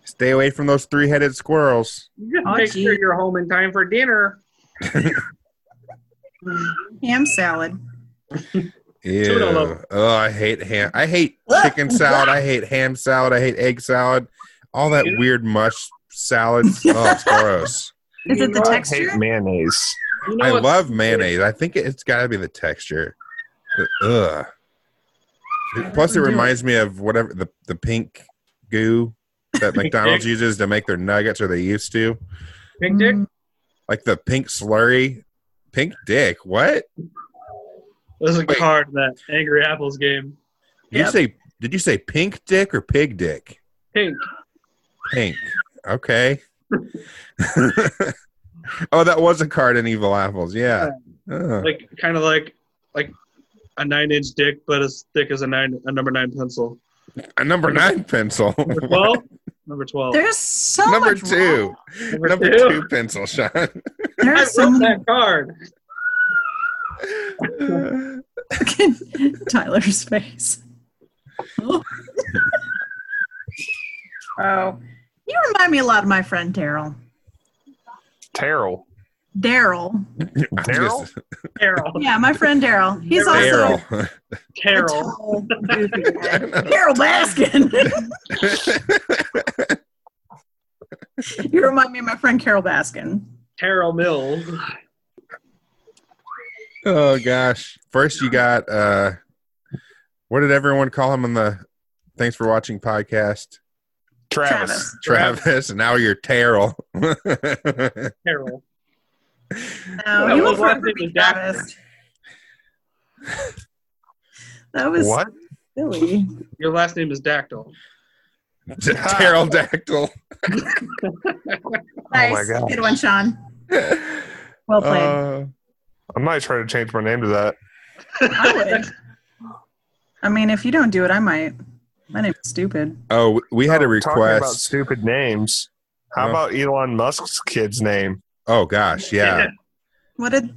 [SPEAKER 2] Stay away from those three headed squirrels.
[SPEAKER 1] Just
[SPEAKER 5] Oh,
[SPEAKER 1] make sure
[SPEAKER 5] gee.
[SPEAKER 1] you're home in time for dinner.
[SPEAKER 5] Ham salad.
[SPEAKER 2] Ew.
[SPEAKER 1] Toodaloo.
[SPEAKER 2] Oh, I hate ham. I hate chicken salad. I hate ham salad. I hate egg salad. All that
[SPEAKER 1] Yeah.
[SPEAKER 2] weird mush salads. Oh, it's gross.
[SPEAKER 5] Is it the
[SPEAKER 1] know-
[SPEAKER 5] texture?
[SPEAKER 3] I hate mayonnaise.
[SPEAKER 1] You
[SPEAKER 2] I
[SPEAKER 1] know what?
[SPEAKER 2] love mayonnaise. I think it's got to be the texture. But, Ugh. Plus, it
[SPEAKER 5] Do it.
[SPEAKER 2] reminds me of whatever the, the pink goo that McDonald's uses to make their nuggets, or they used to,
[SPEAKER 1] Pink dick?
[SPEAKER 5] Mm,
[SPEAKER 2] like the pink slurry. Pink dick? What?
[SPEAKER 1] There's a
[SPEAKER 2] Wait.
[SPEAKER 1] card in that Angry Apples game.
[SPEAKER 2] Did you say? Did you say pink dick or pig dick?
[SPEAKER 1] Pink.
[SPEAKER 2] Pink. Okay. oh, that was a card in Evil Apples. Yeah. Uh,
[SPEAKER 1] Like kind of like like a nine inch dick, but as thick as a nine a number nine pencil.
[SPEAKER 2] a number nine pencil.
[SPEAKER 1] Number twelve? number twelve.
[SPEAKER 5] There's so
[SPEAKER 2] number
[SPEAKER 5] much
[SPEAKER 2] two.
[SPEAKER 5] wrong.
[SPEAKER 1] Number,
[SPEAKER 2] Number
[SPEAKER 1] two.
[SPEAKER 2] two pencil, Sean.
[SPEAKER 1] I
[SPEAKER 5] There's
[SPEAKER 1] wrote
[SPEAKER 5] so many-
[SPEAKER 1] that card.
[SPEAKER 5] Tyler's face.
[SPEAKER 4] Oh.
[SPEAKER 5] You remind me a lot of my friend Daryl.
[SPEAKER 3] Terrell.
[SPEAKER 5] Daryl.
[SPEAKER 3] Daryl?
[SPEAKER 1] Carol.
[SPEAKER 5] Yeah, my friend Daryl. He's also
[SPEAKER 2] Daryl.
[SPEAKER 5] a
[SPEAKER 1] Carol.
[SPEAKER 5] tall, goofy guy. Daryl Baskin. you remind me of my friend Carol Baskin.
[SPEAKER 1] Carol Mills.
[SPEAKER 2] oh gosh. First you got uh what did everyone call him on the Thanks for watching podcast?
[SPEAKER 3] Travis.
[SPEAKER 5] Travis.
[SPEAKER 2] Travis, and now you're Terrell.
[SPEAKER 1] Carol.
[SPEAKER 5] No,
[SPEAKER 1] That
[SPEAKER 5] you
[SPEAKER 1] was
[SPEAKER 5] will forever
[SPEAKER 1] Wesley
[SPEAKER 5] be
[SPEAKER 1] Jackson.
[SPEAKER 5] Travis. That was
[SPEAKER 3] What? Oh
[SPEAKER 5] silly.
[SPEAKER 1] Your last name is Dactyl.
[SPEAKER 2] Terrell Dactyl.
[SPEAKER 3] my
[SPEAKER 5] Nice.
[SPEAKER 3] gosh.
[SPEAKER 5] Good one, Sean. Well played.
[SPEAKER 2] Uh,
[SPEAKER 3] I might try to change my name to that.
[SPEAKER 5] I would. I mean, if you don't do it, I might. My name's stupid.
[SPEAKER 2] oh, we- we had a
[SPEAKER 3] Oh, Talking about
[SPEAKER 2] request.
[SPEAKER 3] stupid names. How
[SPEAKER 2] Uh.
[SPEAKER 3] about Elon Musk's kid's name?
[SPEAKER 2] Oh gosh, yeah.
[SPEAKER 5] What did?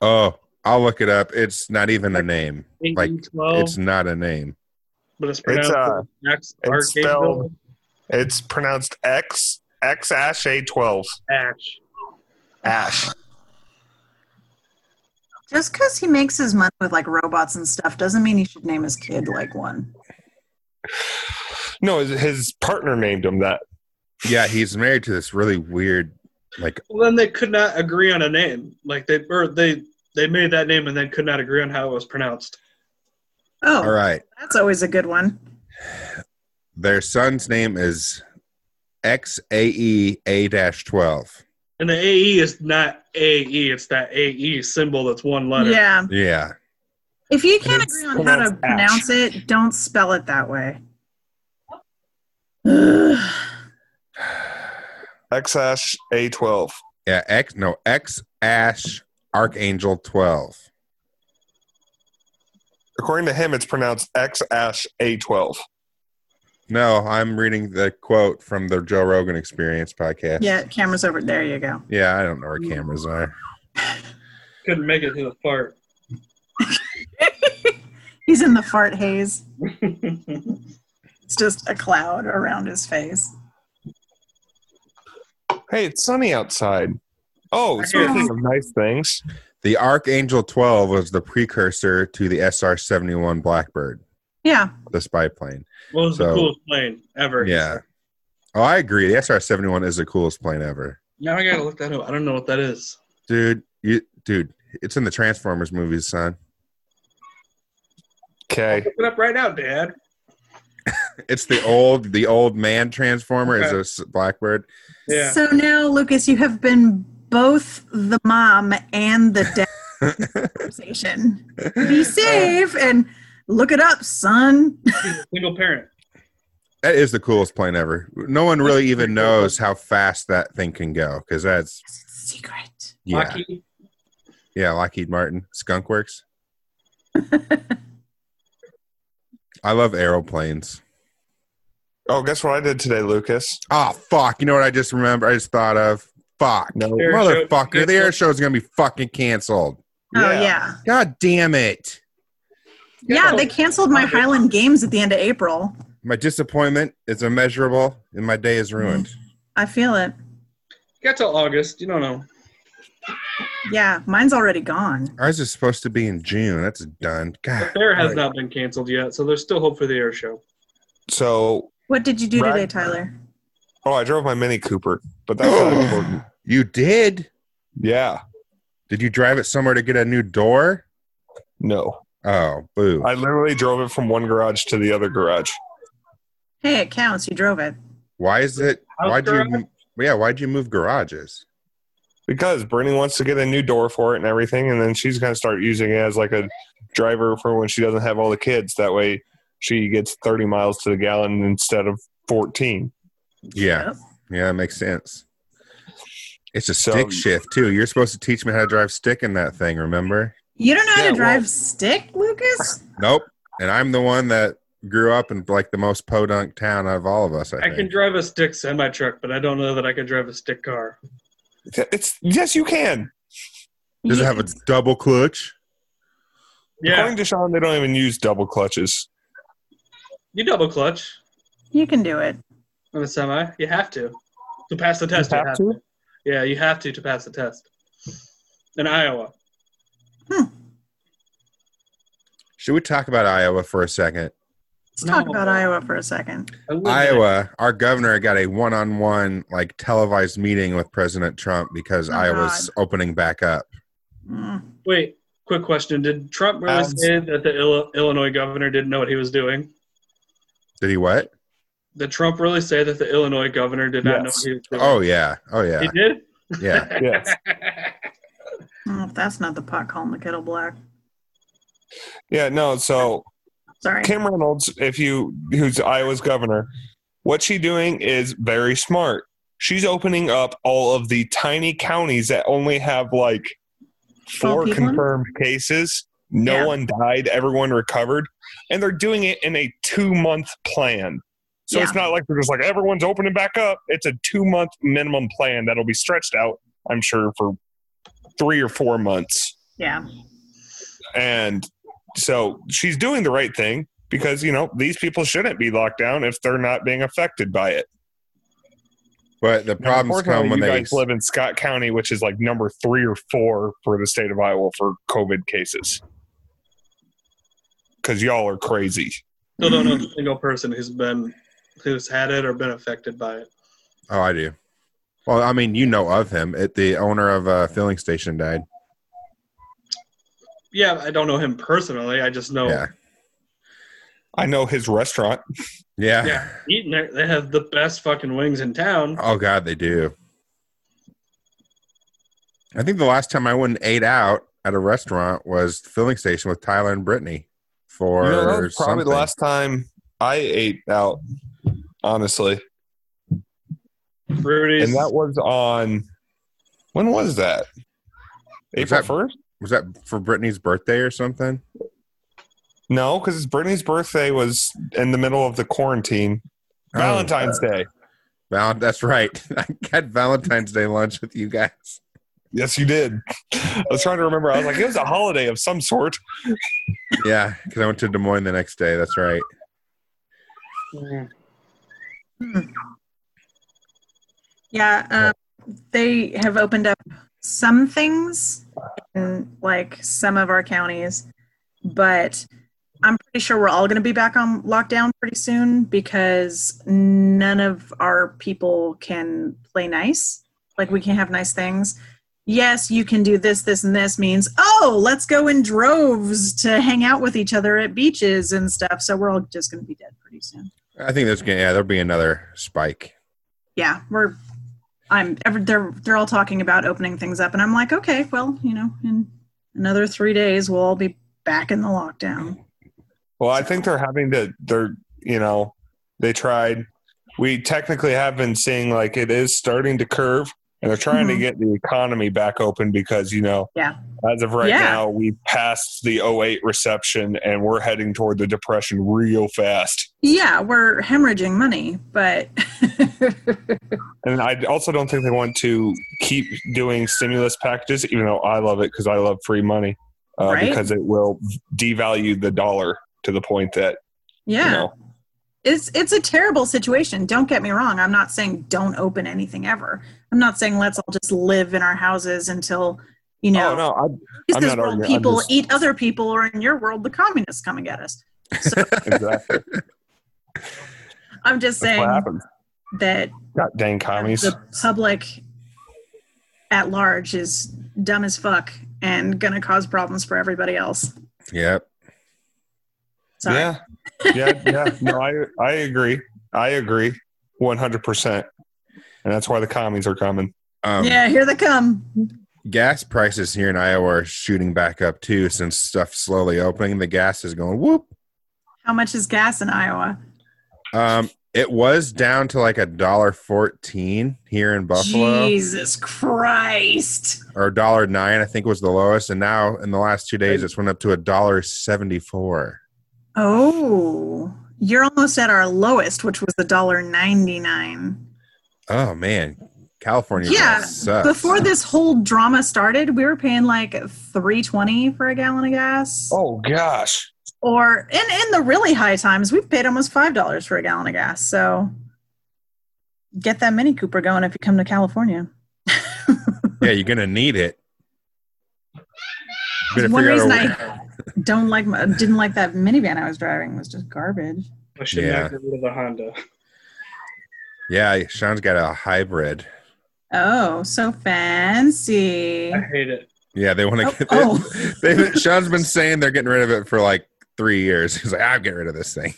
[SPEAKER 2] Oh, I'll look it up. It's not even
[SPEAKER 3] Oh.
[SPEAKER 2] a name. Like,
[SPEAKER 1] 1812,
[SPEAKER 2] It's not a name.
[SPEAKER 1] but it's pronounced
[SPEAKER 3] uh,
[SPEAKER 1] Ax-
[SPEAKER 3] it's
[SPEAKER 1] Archangel
[SPEAKER 3] spelled- It's pronounced X X Ash A twelve.
[SPEAKER 1] Ash.
[SPEAKER 3] Ash.
[SPEAKER 5] Just because he makes his money with like robots and stuff doesn't mean he should name his kid like one.
[SPEAKER 3] No, his- his partner named him that.
[SPEAKER 2] Yeah, he's married to this really weird like
[SPEAKER 1] Well, then they could not agree on a name. Like they or they they made that name and then could not agree on how it was pronounced.
[SPEAKER 5] Oh,
[SPEAKER 2] all right.
[SPEAKER 5] that's always a good one.
[SPEAKER 2] Their son's name is XAE A dash twelve.
[SPEAKER 1] And the AE is not AE, it's that AE symbol that's one letter.
[SPEAKER 5] Yeah.
[SPEAKER 2] Yeah.
[SPEAKER 5] If you can't
[SPEAKER 3] It's
[SPEAKER 5] agree on how to
[SPEAKER 3] pronounced ash.
[SPEAKER 5] pronounce it, don't spell it that way. Ugh.
[SPEAKER 3] X Ash A twelve.
[SPEAKER 2] Yeah, X no X Ash Archangel twelve.
[SPEAKER 3] According to him, it's pronounced X Ash A twelve.
[SPEAKER 2] No, I'm reading the quote from the Joe Rogan Experience podcast.
[SPEAKER 5] Yeah, camera's over. There you go.
[SPEAKER 2] Yeah, I don't know where cameras are.
[SPEAKER 1] Couldn't make it to the fart.
[SPEAKER 5] He's in the fart haze. It's just a cloud around his face.
[SPEAKER 3] Hey, it's sunny outside. Oh,
[SPEAKER 1] I
[SPEAKER 3] speaking
[SPEAKER 5] hear-
[SPEAKER 3] of nice things,
[SPEAKER 2] The Archangel twelve was the precursor to the SR seventy one Blackbird,
[SPEAKER 5] Yeah.
[SPEAKER 2] the spy plane.
[SPEAKER 1] What was the
[SPEAKER 2] So-
[SPEAKER 1] coolest plane ever?
[SPEAKER 2] Yeah. Oh, I agree. The SR seventy one is the coolest plane ever.
[SPEAKER 1] Now I gotta look that up. I don't know what that is.
[SPEAKER 2] Dude, you dude, it's in the Transformers movies, son.
[SPEAKER 3] okay.
[SPEAKER 1] Look it up right now, Dad.
[SPEAKER 2] It's the old the old man transformer is
[SPEAKER 1] Okay.
[SPEAKER 2] a s- blackbird.
[SPEAKER 1] Yeah.
[SPEAKER 5] So now, Lucas, you have been both the mom and the dad in this conversation. Be safe and look it up, son.
[SPEAKER 1] Single parent.
[SPEAKER 2] That is the coolest plane ever. No one really even knows how fast that thing can go because that's
[SPEAKER 5] Secret.
[SPEAKER 2] yeah,
[SPEAKER 1] Lockheed.
[SPEAKER 2] yeah. Lockheed Martin, Skunk Works. I love aeroplanes.
[SPEAKER 3] Oh, guess what I did today, Lucas?
[SPEAKER 2] Oh fuck! You know what I just remember? I just thought of fuck,
[SPEAKER 3] No.
[SPEAKER 1] Air show-
[SPEAKER 2] motherfucker. The air show is gonna be fucking canceled.
[SPEAKER 5] Oh,
[SPEAKER 3] Yeah.
[SPEAKER 5] yeah.
[SPEAKER 2] God damn it!
[SPEAKER 5] Yeah, they canceled my Highland Games at the end of April.
[SPEAKER 2] My disappointment is immeasurable, and my day is ruined.
[SPEAKER 1] Mm-hmm.
[SPEAKER 5] I feel it.
[SPEAKER 1] Get till August. You don't know.
[SPEAKER 5] Yeah, mine's already gone.
[SPEAKER 2] Ours is supposed to be in June. That's done. God.
[SPEAKER 1] Fair has
[SPEAKER 2] Right.
[SPEAKER 1] not been canceled yet, so there's still hope for the air show.
[SPEAKER 3] So,
[SPEAKER 5] What did you do
[SPEAKER 3] Right.
[SPEAKER 5] today, Tyler?
[SPEAKER 3] oh, I drove my Mini Cooper, but that's not important.
[SPEAKER 2] You did?
[SPEAKER 3] Yeah,
[SPEAKER 2] Did you drive it somewhere to get a new door?
[SPEAKER 3] no.
[SPEAKER 2] Oh, boo.
[SPEAKER 3] I literally drove it from one garage to the other garage.
[SPEAKER 5] Hey, it counts. You drove it.
[SPEAKER 2] Why is it?
[SPEAKER 1] House
[SPEAKER 2] Why'd you?
[SPEAKER 1] garage?
[SPEAKER 2] m- Yeah, why'd you move garages?
[SPEAKER 3] Because Brittany wants to get a new door for it and everything, and then she's going to start using it as like a driver for when she doesn't have all the kids. That way she gets 30 miles to the gallon instead of 14.
[SPEAKER 2] Yeah,
[SPEAKER 5] Oh.
[SPEAKER 2] yeah, that makes sense. It's a
[SPEAKER 3] So-
[SPEAKER 2] stick shift too. You're supposed to teach me how to drive stick in that thing. Remember?
[SPEAKER 5] You don't know how
[SPEAKER 3] Yeah,
[SPEAKER 5] to drive
[SPEAKER 3] well-
[SPEAKER 5] stick, Lucas?
[SPEAKER 2] Nope. And I'm the one that grew up in like the most podunk town of all of us. I,
[SPEAKER 1] I
[SPEAKER 2] think.
[SPEAKER 1] can drive a stick semi truck, but I don't know that I can drive a stick car.
[SPEAKER 3] It's yes, you can.
[SPEAKER 2] Does it have a double clutch?
[SPEAKER 1] Yeah,
[SPEAKER 3] According to Sean, they don't even use double clutches.
[SPEAKER 1] you double clutch
[SPEAKER 5] You can do it.
[SPEAKER 1] on a semi. You have to to pass the test.
[SPEAKER 3] have to?
[SPEAKER 1] Yeah, you have to to pass the test in Iowa.
[SPEAKER 2] Should we talk about Iowa for a second?
[SPEAKER 5] Let's talk
[SPEAKER 1] No.
[SPEAKER 5] about Iowa for a second.
[SPEAKER 1] I live
[SPEAKER 2] Iowa, our governor got a one-on-one like televised meeting with President Trump because
[SPEAKER 5] Oh,
[SPEAKER 2] Iowa's opening back up.
[SPEAKER 5] Mm.
[SPEAKER 1] there. Wait, quick question: Did Trump really
[SPEAKER 2] Um,
[SPEAKER 3] Abs-
[SPEAKER 1] say that the Ill- Illinois governor didn't know what he was doing?
[SPEAKER 2] Did he what?
[SPEAKER 1] Did Trump really say that the Illinois governor did not know
[SPEAKER 3] Yes.
[SPEAKER 1] what he was doing?
[SPEAKER 2] Oh yeah. Oh yeah.
[SPEAKER 1] he did.
[SPEAKER 2] Yeah.
[SPEAKER 3] Yes.
[SPEAKER 5] Oh, if that's not the pot calling the kettle black.
[SPEAKER 3] Yeah, no. So
[SPEAKER 5] Sorry.
[SPEAKER 3] Kim Reynolds, if you who's Iowa's governor, what she's doing is very smart. She's opening up all of the tiny counties that only have like
[SPEAKER 5] Twelve
[SPEAKER 3] four
[SPEAKER 5] people?
[SPEAKER 3] confirmed cases. No
[SPEAKER 5] Yeah.
[SPEAKER 3] one died, everyone recovered, and they're doing it in a two month plan. So it's not like they're just like everyone's opening back up. It's a two month minimum plan that'll be stretched out, I'm sure, for three or four months.
[SPEAKER 5] Yeah.
[SPEAKER 3] And so she's doing the right thing because, you know, these people shouldn't be locked down if they're not being affected by it.
[SPEAKER 2] But the
[SPEAKER 3] Now,
[SPEAKER 2] problems
[SPEAKER 3] unfortunately,
[SPEAKER 2] come when
[SPEAKER 3] you
[SPEAKER 2] they
[SPEAKER 3] guys live in Scott County, which is like number three or four for the state of Iowa for COVID cases. Because y'all are crazy.
[SPEAKER 1] Still don't know a single person who's been who's had it or been affected by it.
[SPEAKER 2] Oh, I do. Well, I mean, you know of him. It, the owner of a filling station died.
[SPEAKER 1] Yeah, I don't know him personally. I just know
[SPEAKER 2] Yeah.
[SPEAKER 3] I know his restaurant.
[SPEAKER 2] yeah.
[SPEAKER 1] Yeah. eating there. They have the best fucking wings in town.
[SPEAKER 2] Oh God, they do. I think the last time I went and ate out at a restaurant was the filling station with Tyler and Brittany for
[SPEAKER 3] No, that was
[SPEAKER 2] something.
[SPEAKER 3] probably the last time I ate out, honestly.
[SPEAKER 1] Rudy's.
[SPEAKER 2] Oh,
[SPEAKER 3] And that was on, when was that?
[SPEAKER 2] Was
[SPEAKER 3] April
[SPEAKER 2] that-
[SPEAKER 3] 1st?
[SPEAKER 2] was that for Brittany's birthday or something?
[SPEAKER 3] No, because Brittany's birthday was in the middle of the quarantine. Valentine's Day.
[SPEAKER 2] Oh, uh, Val- that's right. I had Valentine's Day lunch with you guys.
[SPEAKER 3] Yes, you did. I was trying to remember. I was like, it was a holiday of some sort.
[SPEAKER 2] Yeah, because I went to Des Moines the next day. That's right.
[SPEAKER 1] Mm.
[SPEAKER 5] Yeah. Um, they have opened up some things in like some of our counties, but I'm pretty sure we're all going to be back on lockdown pretty soon because none of our people can play nice. Like we can have nice things. Yes, you can do this, this, and this means, oh, let's go in droves to hang out with each other at beaches and stuff. So we're all just going to be dead pretty soon.
[SPEAKER 2] I think there's gonna yeah, there'll be another spike.
[SPEAKER 5] yeah, we're I'm ever they're they're all talking about opening things up and I'm like, okay, well, you know, in another three days we'll all be back in the lockdown.
[SPEAKER 3] Well, I think they're having to, they're, you know, they tried. We technically have been seeing like it is starting to curve and they're trying
[SPEAKER 5] Mhm.
[SPEAKER 3] to get the economy back open because, you know,
[SPEAKER 5] Yeah.
[SPEAKER 3] as of right
[SPEAKER 5] Yeah.
[SPEAKER 3] now, we passed the 08 reception and we're heading toward the depression real fast.
[SPEAKER 5] Yeah, we're hemorrhaging money, but
[SPEAKER 3] And I also don't think they want to keep doing stimulus packages, even though I love it because I love free money, uh,
[SPEAKER 5] Right.
[SPEAKER 3] because it will devalue the dollar to the point that,
[SPEAKER 5] yeah,
[SPEAKER 3] you know,
[SPEAKER 5] it's it's a terrible situation. Don't get me wrong. I'm not saying don't open anything ever. I'm not saying let's all just live in our houses until you know
[SPEAKER 3] oh, no, I,
[SPEAKER 5] these
[SPEAKER 3] I'm
[SPEAKER 5] this
[SPEAKER 3] not
[SPEAKER 5] world
[SPEAKER 3] arguing, I'm
[SPEAKER 5] people
[SPEAKER 3] just-
[SPEAKER 5] eat other people, or in your world the communists coming at us. So
[SPEAKER 3] exactly.
[SPEAKER 5] I'm just
[SPEAKER 3] That's what
[SPEAKER 5] saying
[SPEAKER 3] happens.
[SPEAKER 5] that
[SPEAKER 3] God dang commies.
[SPEAKER 5] the public at large is dumb as fuck and gonna cause problems for everybody else.
[SPEAKER 2] Yep.
[SPEAKER 5] Sorry.
[SPEAKER 3] Yeah. Yeah. Yeah. No, I, I agree. I agree 100%. And that's why the commies are coming.
[SPEAKER 2] Um,
[SPEAKER 5] yeah, here they come.
[SPEAKER 2] Gas prices here in Iowa are shooting back up too, since stuff's slowly opening. The gas is going whoop.
[SPEAKER 5] How much is gas in Iowa?
[SPEAKER 2] Um, it was down to like a dollar fourteen here in Buffalo,
[SPEAKER 5] Jesus Christ.
[SPEAKER 2] or dollar nine, I think was the lowest. And now in the last two days, it's went up to a dollar seventy four.
[SPEAKER 5] Oh, you're almost at our lowest, which was the dollar ninety nine.
[SPEAKER 2] Oh man, California
[SPEAKER 5] Yeah,
[SPEAKER 2] sucks.
[SPEAKER 5] Before this whole drama started, we were paying like 320 for a gallon of gas.
[SPEAKER 3] Oh gosh.
[SPEAKER 5] Or in in the really high times, we've paid almost $5 for a gallon of gas. So get that Mini Cooper going if you come to California.
[SPEAKER 2] yeah, you're gonna need it. Better
[SPEAKER 5] One
[SPEAKER 2] figure out a
[SPEAKER 5] reason
[SPEAKER 2] way-
[SPEAKER 5] I don't like my- didn't like that minivan I was driving was just garbage.
[SPEAKER 1] I should
[SPEAKER 2] Yeah.
[SPEAKER 1] not get rid of the Honda.
[SPEAKER 2] yeah, Sean's got a hybrid.
[SPEAKER 5] Oh, so fancy.
[SPEAKER 1] I hate it.
[SPEAKER 2] Yeah, they want to
[SPEAKER 5] Oh,
[SPEAKER 2] get.
[SPEAKER 5] oh.
[SPEAKER 2] They, Sean's been saying they're getting rid of it for like three years. He's like, I'm getting rid of this thing.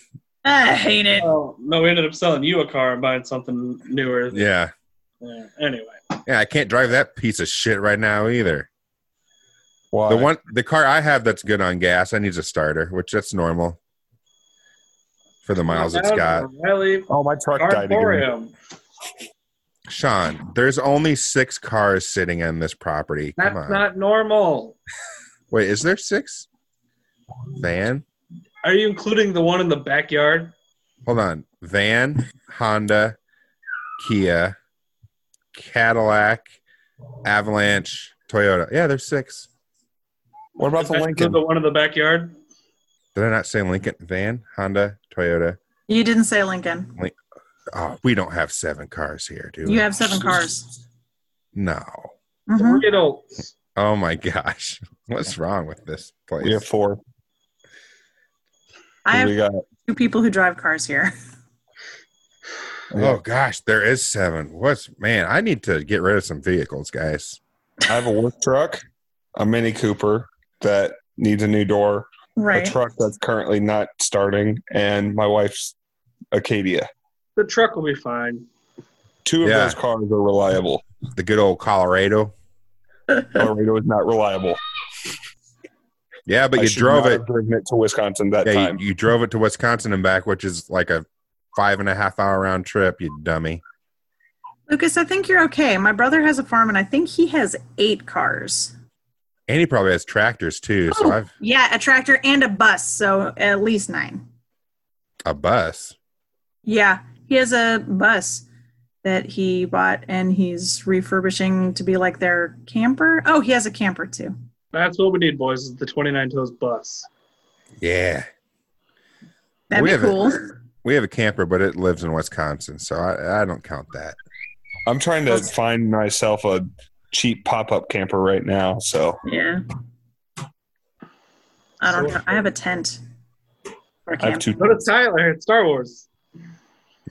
[SPEAKER 5] I hate it.
[SPEAKER 1] Oh no, we ended up selling you a car and buying something newer.
[SPEAKER 2] Yeah,
[SPEAKER 1] Yeah, Anyway,
[SPEAKER 2] yeah, I can't drive that piece of shit right now either.
[SPEAKER 3] Why?
[SPEAKER 2] The one, the car I have that's good on gas, I need a starter, which that's normal for the miles it's got.
[SPEAKER 1] Riley,
[SPEAKER 3] Oh, my truck died again.
[SPEAKER 1] Arboreum.
[SPEAKER 2] Sean, there's only six cars sitting on this property. Come
[SPEAKER 1] That's
[SPEAKER 2] on.
[SPEAKER 1] not normal.
[SPEAKER 2] Wait, is there six? Van?
[SPEAKER 1] Are you including the one in the backyard?
[SPEAKER 2] Hold on. Van, Honda, Kia, Cadillac, Avalanche, Toyota. Yeah, there's six.
[SPEAKER 3] What about the
[SPEAKER 1] Does that include
[SPEAKER 3] Lincoln?
[SPEAKER 1] The one in the backyard.
[SPEAKER 2] Did I not say Lincoln? Van, Honda, Toyota.
[SPEAKER 5] You didn't say Lincoln.
[SPEAKER 2] Oh, we don't have seven cars here, do we?
[SPEAKER 5] You have seven cars.
[SPEAKER 2] no.
[SPEAKER 5] Mhm.
[SPEAKER 1] Three adults.
[SPEAKER 2] Oh my gosh. What's wrong with this place?
[SPEAKER 3] We have four. What
[SPEAKER 5] I
[SPEAKER 3] do
[SPEAKER 5] have
[SPEAKER 3] we got?
[SPEAKER 5] two people who drive cars here.
[SPEAKER 2] Oh gosh, there is seven. What's man? I need to get rid of some vehicles, guys.
[SPEAKER 3] I have a work truck, a Mini Cooper that needs a new door,
[SPEAKER 5] Right.
[SPEAKER 3] a truck that's currently not starting, and my wife's Acadia.
[SPEAKER 1] The truck will be fine.
[SPEAKER 3] Two of
[SPEAKER 2] Yeah.
[SPEAKER 3] those cars are reliable.
[SPEAKER 2] The good old Colorado.
[SPEAKER 3] Colorado is not reliable.
[SPEAKER 2] Yeah, but
[SPEAKER 3] I
[SPEAKER 2] you
[SPEAKER 3] should
[SPEAKER 2] drove
[SPEAKER 3] not
[SPEAKER 2] it.
[SPEAKER 3] have driven it to Wisconsin that
[SPEAKER 2] Yeah,
[SPEAKER 3] time.
[SPEAKER 2] you, you drove it to Wisconsin and back, which is like a five and a half hour round trip. You dummy.
[SPEAKER 5] Lucas, I think you're okay. My brother has a farm and I think he has eight cars.
[SPEAKER 2] And he probably has tractors too. So
[SPEAKER 5] Oh.
[SPEAKER 2] I've
[SPEAKER 5] Yeah, a tractor and a bus, so at least nine.
[SPEAKER 2] a bus.
[SPEAKER 5] Yeah, he has a bus that he bought and he's refurbishing to be like their camper. Oh, he has a camper too.
[SPEAKER 1] That's what we need, boys. Is the 29 toes bus.
[SPEAKER 2] Yeah,
[SPEAKER 5] That'd
[SPEAKER 2] We
[SPEAKER 5] be
[SPEAKER 2] have a-
[SPEAKER 5] cool.
[SPEAKER 2] we have a camper, but it lives in Wisconsin, so I, I don't count that.
[SPEAKER 3] I'm trying to find myself a cheap pop up camper right now. So
[SPEAKER 5] Yeah. I don't know. I have a tent. Or a
[SPEAKER 3] I have
[SPEAKER 5] camper.
[SPEAKER 3] two.
[SPEAKER 1] Go to Tyler at Star Wars.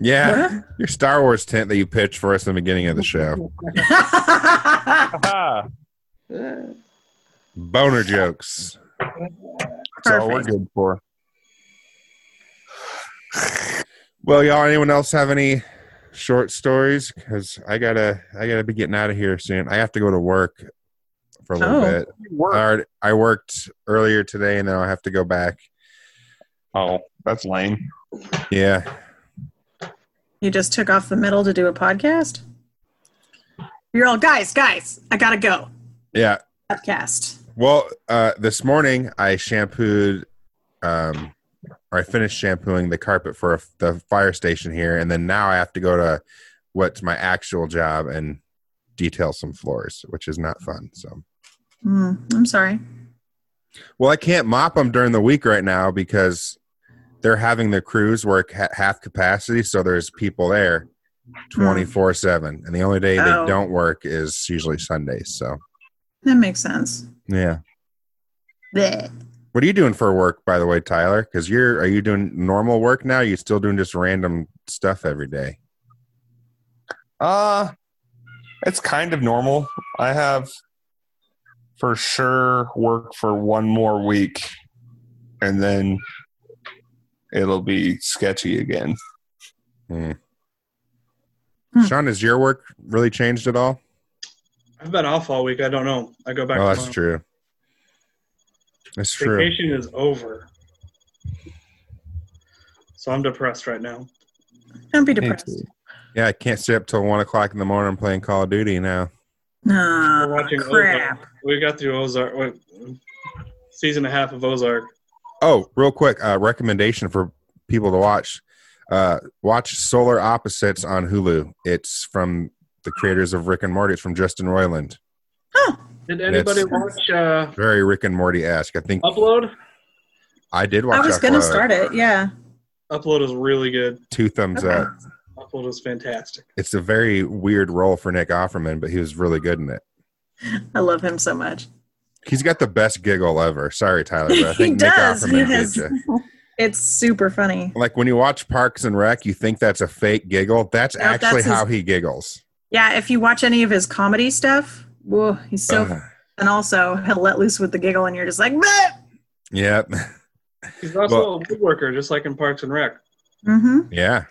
[SPEAKER 2] Yeah, your Star Wars tent that you pitched for us in the beginning of the show.
[SPEAKER 3] Ah,
[SPEAKER 2] Boner jokes.
[SPEAKER 3] that's all we're
[SPEAKER 5] Perfect.
[SPEAKER 3] good for.
[SPEAKER 2] Well, y'all, anyone else have any short stories? Because I gotta, I gotta be getting out of here soon. I have to go to work for a little
[SPEAKER 5] Oh.
[SPEAKER 2] bit. I, already- I worked earlier today, and then I'll have to go back.
[SPEAKER 3] Oh, that's lame.
[SPEAKER 2] Yeah,
[SPEAKER 5] You just took off the middle to do a podcast? You're all guys, guys, I gotta go.
[SPEAKER 2] yeah.
[SPEAKER 5] Podcast.
[SPEAKER 2] Well, uh, this morning I shampooed, um, or I finished shampooing the carpet for a, the fire station here, and then now I have to go to what's my actual job and detail some floors, which is not fun. So.
[SPEAKER 5] Hmm, I'm sorry.
[SPEAKER 2] Well, I can't mop them during the week right now because they're having their crews work ha- half capacity, so there's people there twenty four seven, and the only day
[SPEAKER 5] Oh.
[SPEAKER 2] they don't work is usually Sundays. So,
[SPEAKER 5] That makes sense.
[SPEAKER 2] yeah.
[SPEAKER 5] Blech.
[SPEAKER 2] What are you doing for work, by the way, Tyler? Because you're are you doing normal work now? Are you still doing just random stuff every day?
[SPEAKER 3] Uh it's kind of normal. I have for sure work for one more week, and then it'll be sketchy again.
[SPEAKER 5] Hmm.
[SPEAKER 2] Sean, has your work really changed at all?
[SPEAKER 1] I've been off all week. I don't know. I go back.
[SPEAKER 2] oh, that's
[SPEAKER 1] tomorrow.
[SPEAKER 2] true. That's true.
[SPEAKER 1] Vacation is over. So I'm depressed right now.
[SPEAKER 5] Don't be depressed.
[SPEAKER 2] Yeah, I can't stay up till one o'clock in the morning playing Call of Duty now.
[SPEAKER 5] Ah,
[SPEAKER 1] We're watching
[SPEAKER 5] crap.
[SPEAKER 1] Ozark. We got through Ozark. Wait, season and a half of Ozark.
[SPEAKER 2] Oh, real quick, uh, recommendation for people to watch: uh, watch Solar Opposites on Hulu. It's from the creators of Rick and Morty. It's from Justin Roiland.
[SPEAKER 1] Did anybody
[SPEAKER 2] That's-
[SPEAKER 1] watch uh,
[SPEAKER 2] Very Rick and Morty esque. I think
[SPEAKER 1] Upload?
[SPEAKER 2] I did watch.
[SPEAKER 5] Oh, I was going to
[SPEAKER 2] Upload.
[SPEAKER 5] start it. Yeah.
[SPEAKER 1] Upload is really good.
[SPEAKER 2] Two thumbs
[SPEAKER 5] Okay.
[SPEAKER 2] up.
[SPEAKER 1] Upload is fantastic.
[SPEAKER 2] It's a very weird role for Nick Offerman, but he was really good in it.
[SPEAKER 5] I love him so much.
[SPEAKER 2] He's got the best giggle ever. Sorry, Tyler, but I
[SPEAKER 5] He
[SPEAKER 2] think Nick
[SPEAKER 5] does. He
[SPEAKER 2] Offerman
[SPEAKER 5] has-
[SPEAKER 2] did. ya.
[SPEAKER 5] It's super funny.
[SPEAKER 2] Like when you watch Parks and Rec, you think that's a fake giggle. That's
[SPEAKER 5] Nope, that's
[SPEAKER 2] actually
[SPEAKER 5] his-
[SPEAKER 2] how he giggles.
[SPEAKER 5] Yeah, if you watch any of his comedy stuff, whoa, he's so
[SPEAKER 2] Ugh.
[SPEAKER 5] and also he'll let loose with the giggle and you're just like, bah!
[SPEAKER 2] Yep.
[SPEAKER 1] He's also
[SPEAKER 2] Well-
[SPEAKER 1] a woodworker, just like in Parks and Rec.
[SPEAKER 5] Mm-hmm.
[SPEAKER 2] Yeah.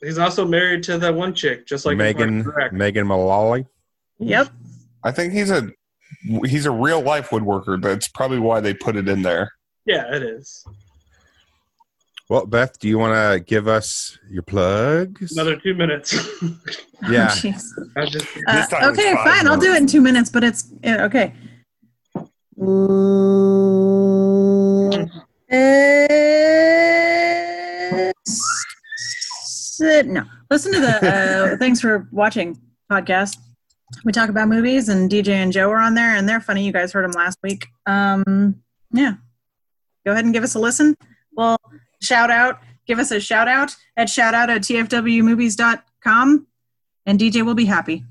[SPEAKER 1] He's also married to that one chick, just like in
[SPEAKER 2] Megan
[SPEAKER 1] Parks and Rec.
[SPEAKER 2] Megan Mullally.
[SPEAKER 5] Yep.
[SPEAKER 3] I think he's a he's a real life woodworker. That's probably why they put it in there.
[SPEAKER 1] Yeah, it is.
[SPEAKER 2] Well, Beth, do you want to give us your plugs?
[SPEAKER 1] Another two minutes.
[SPEAKER 2] Yeah.
[SPEAKER 5] Oh, jeez.
[SPEAKER 1] I just
[SPEAKER 5] Uh,
[SPEAKER 3] This time it's
[SPEAKER 5] okay,
[SPEAKER 3] five
[SPEAKER 5] fine. I'll do it in two minutes, but it's yeah, okay. Let's- No, listen to the uh, thanks for watching podcast. We talk about movies, and DJ and Joe are on there, and they're funny. You guys heard them last week. Um, yeah, go ahead and give us a listen. Well, shout out, give us a shout out at shout out at tfwmovies.com, and DJ will be happy.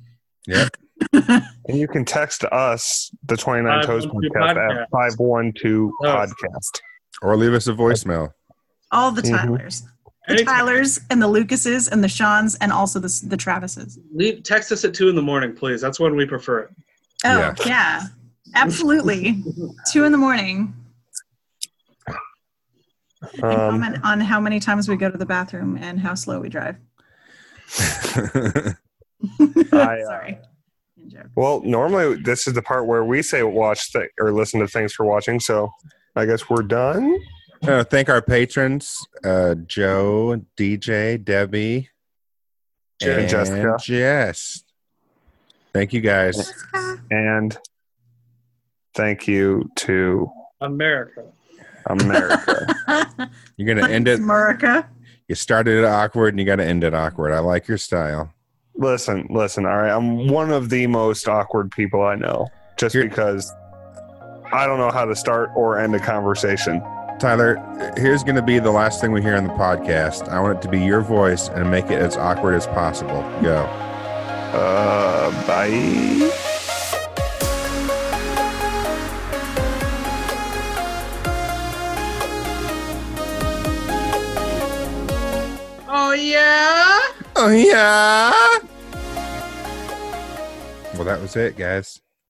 [SPEAKER 3] And you can text us the 29 Toes
[SPEAKER 1] 512
[SPEAKER 3] podcast at 512
[SPEAKER 1] Oh.
[SPEAKER 3] podcast.
[SPEAKER 2] Or leave us a voicemail.
[SPEAKER 5] All the
[SPEAKER 3] Mhm.
[SPEAKER 5] Tylers. The
[SPEAKER 1] anytime,
[SPEAKER 5] Tylers and the Lucases and the Seans and also the, the Travises.
[SPEAKER 1] leave, text us at two in the morning, please. That's when we prefer it.
[SPEAKER 5] Oh,
[SPEAKER 2] Yeah.
[SPEAKER 5] yeah. Absolutely. Two in the morning. And
[SPEAKER 3] Um,
[SPEAKER 5] comment on how many times we go to the bathroom and how slow we drive.
[SPEAKER 3] I, uh,
[SPEAKER 5] Sorry. Joke.
[SPEAKER 3] well, normally this is the part where we say watch th- or listen to things for watching. So I guess we're done.
[SPEAKER 2] Uh, thank our patrons, uh, Joe, DJ, Debbie,
[SPEAKER 1] Jen.
[SPEAKER 2] and
[SPEAKER 3] Jessica.
[SPEAKER 2] Jess. Thank you guys.
[SPEAKER 3] And thank you to
[SPEAKER 1] America.
[SPEAKER 3] America.
[SPEAKER 2] You're gonna end it.
[SPEAKER 5] America.
[SPEAKER 2] You started it awkward, and you got to end it awkward. I like your style.
[SPEAKER 3] listen, listen. All right. I'm one of the most awkward people I know just
[SPEAKER 2] You're-
[SPEAKER 3] because I don't know how to start or end a conversation.
[SPEAKER 2] Tyler, here's going to be the last thing we hear on the podcast. I want it to be your voice and make it as awkward as possible. Go.
[SPEAKER 3] Uh, bye.
[SPEAKER 5] Oh, yeah.
[SPEAKER 2] Oh, yeah. Well, that was it, guys.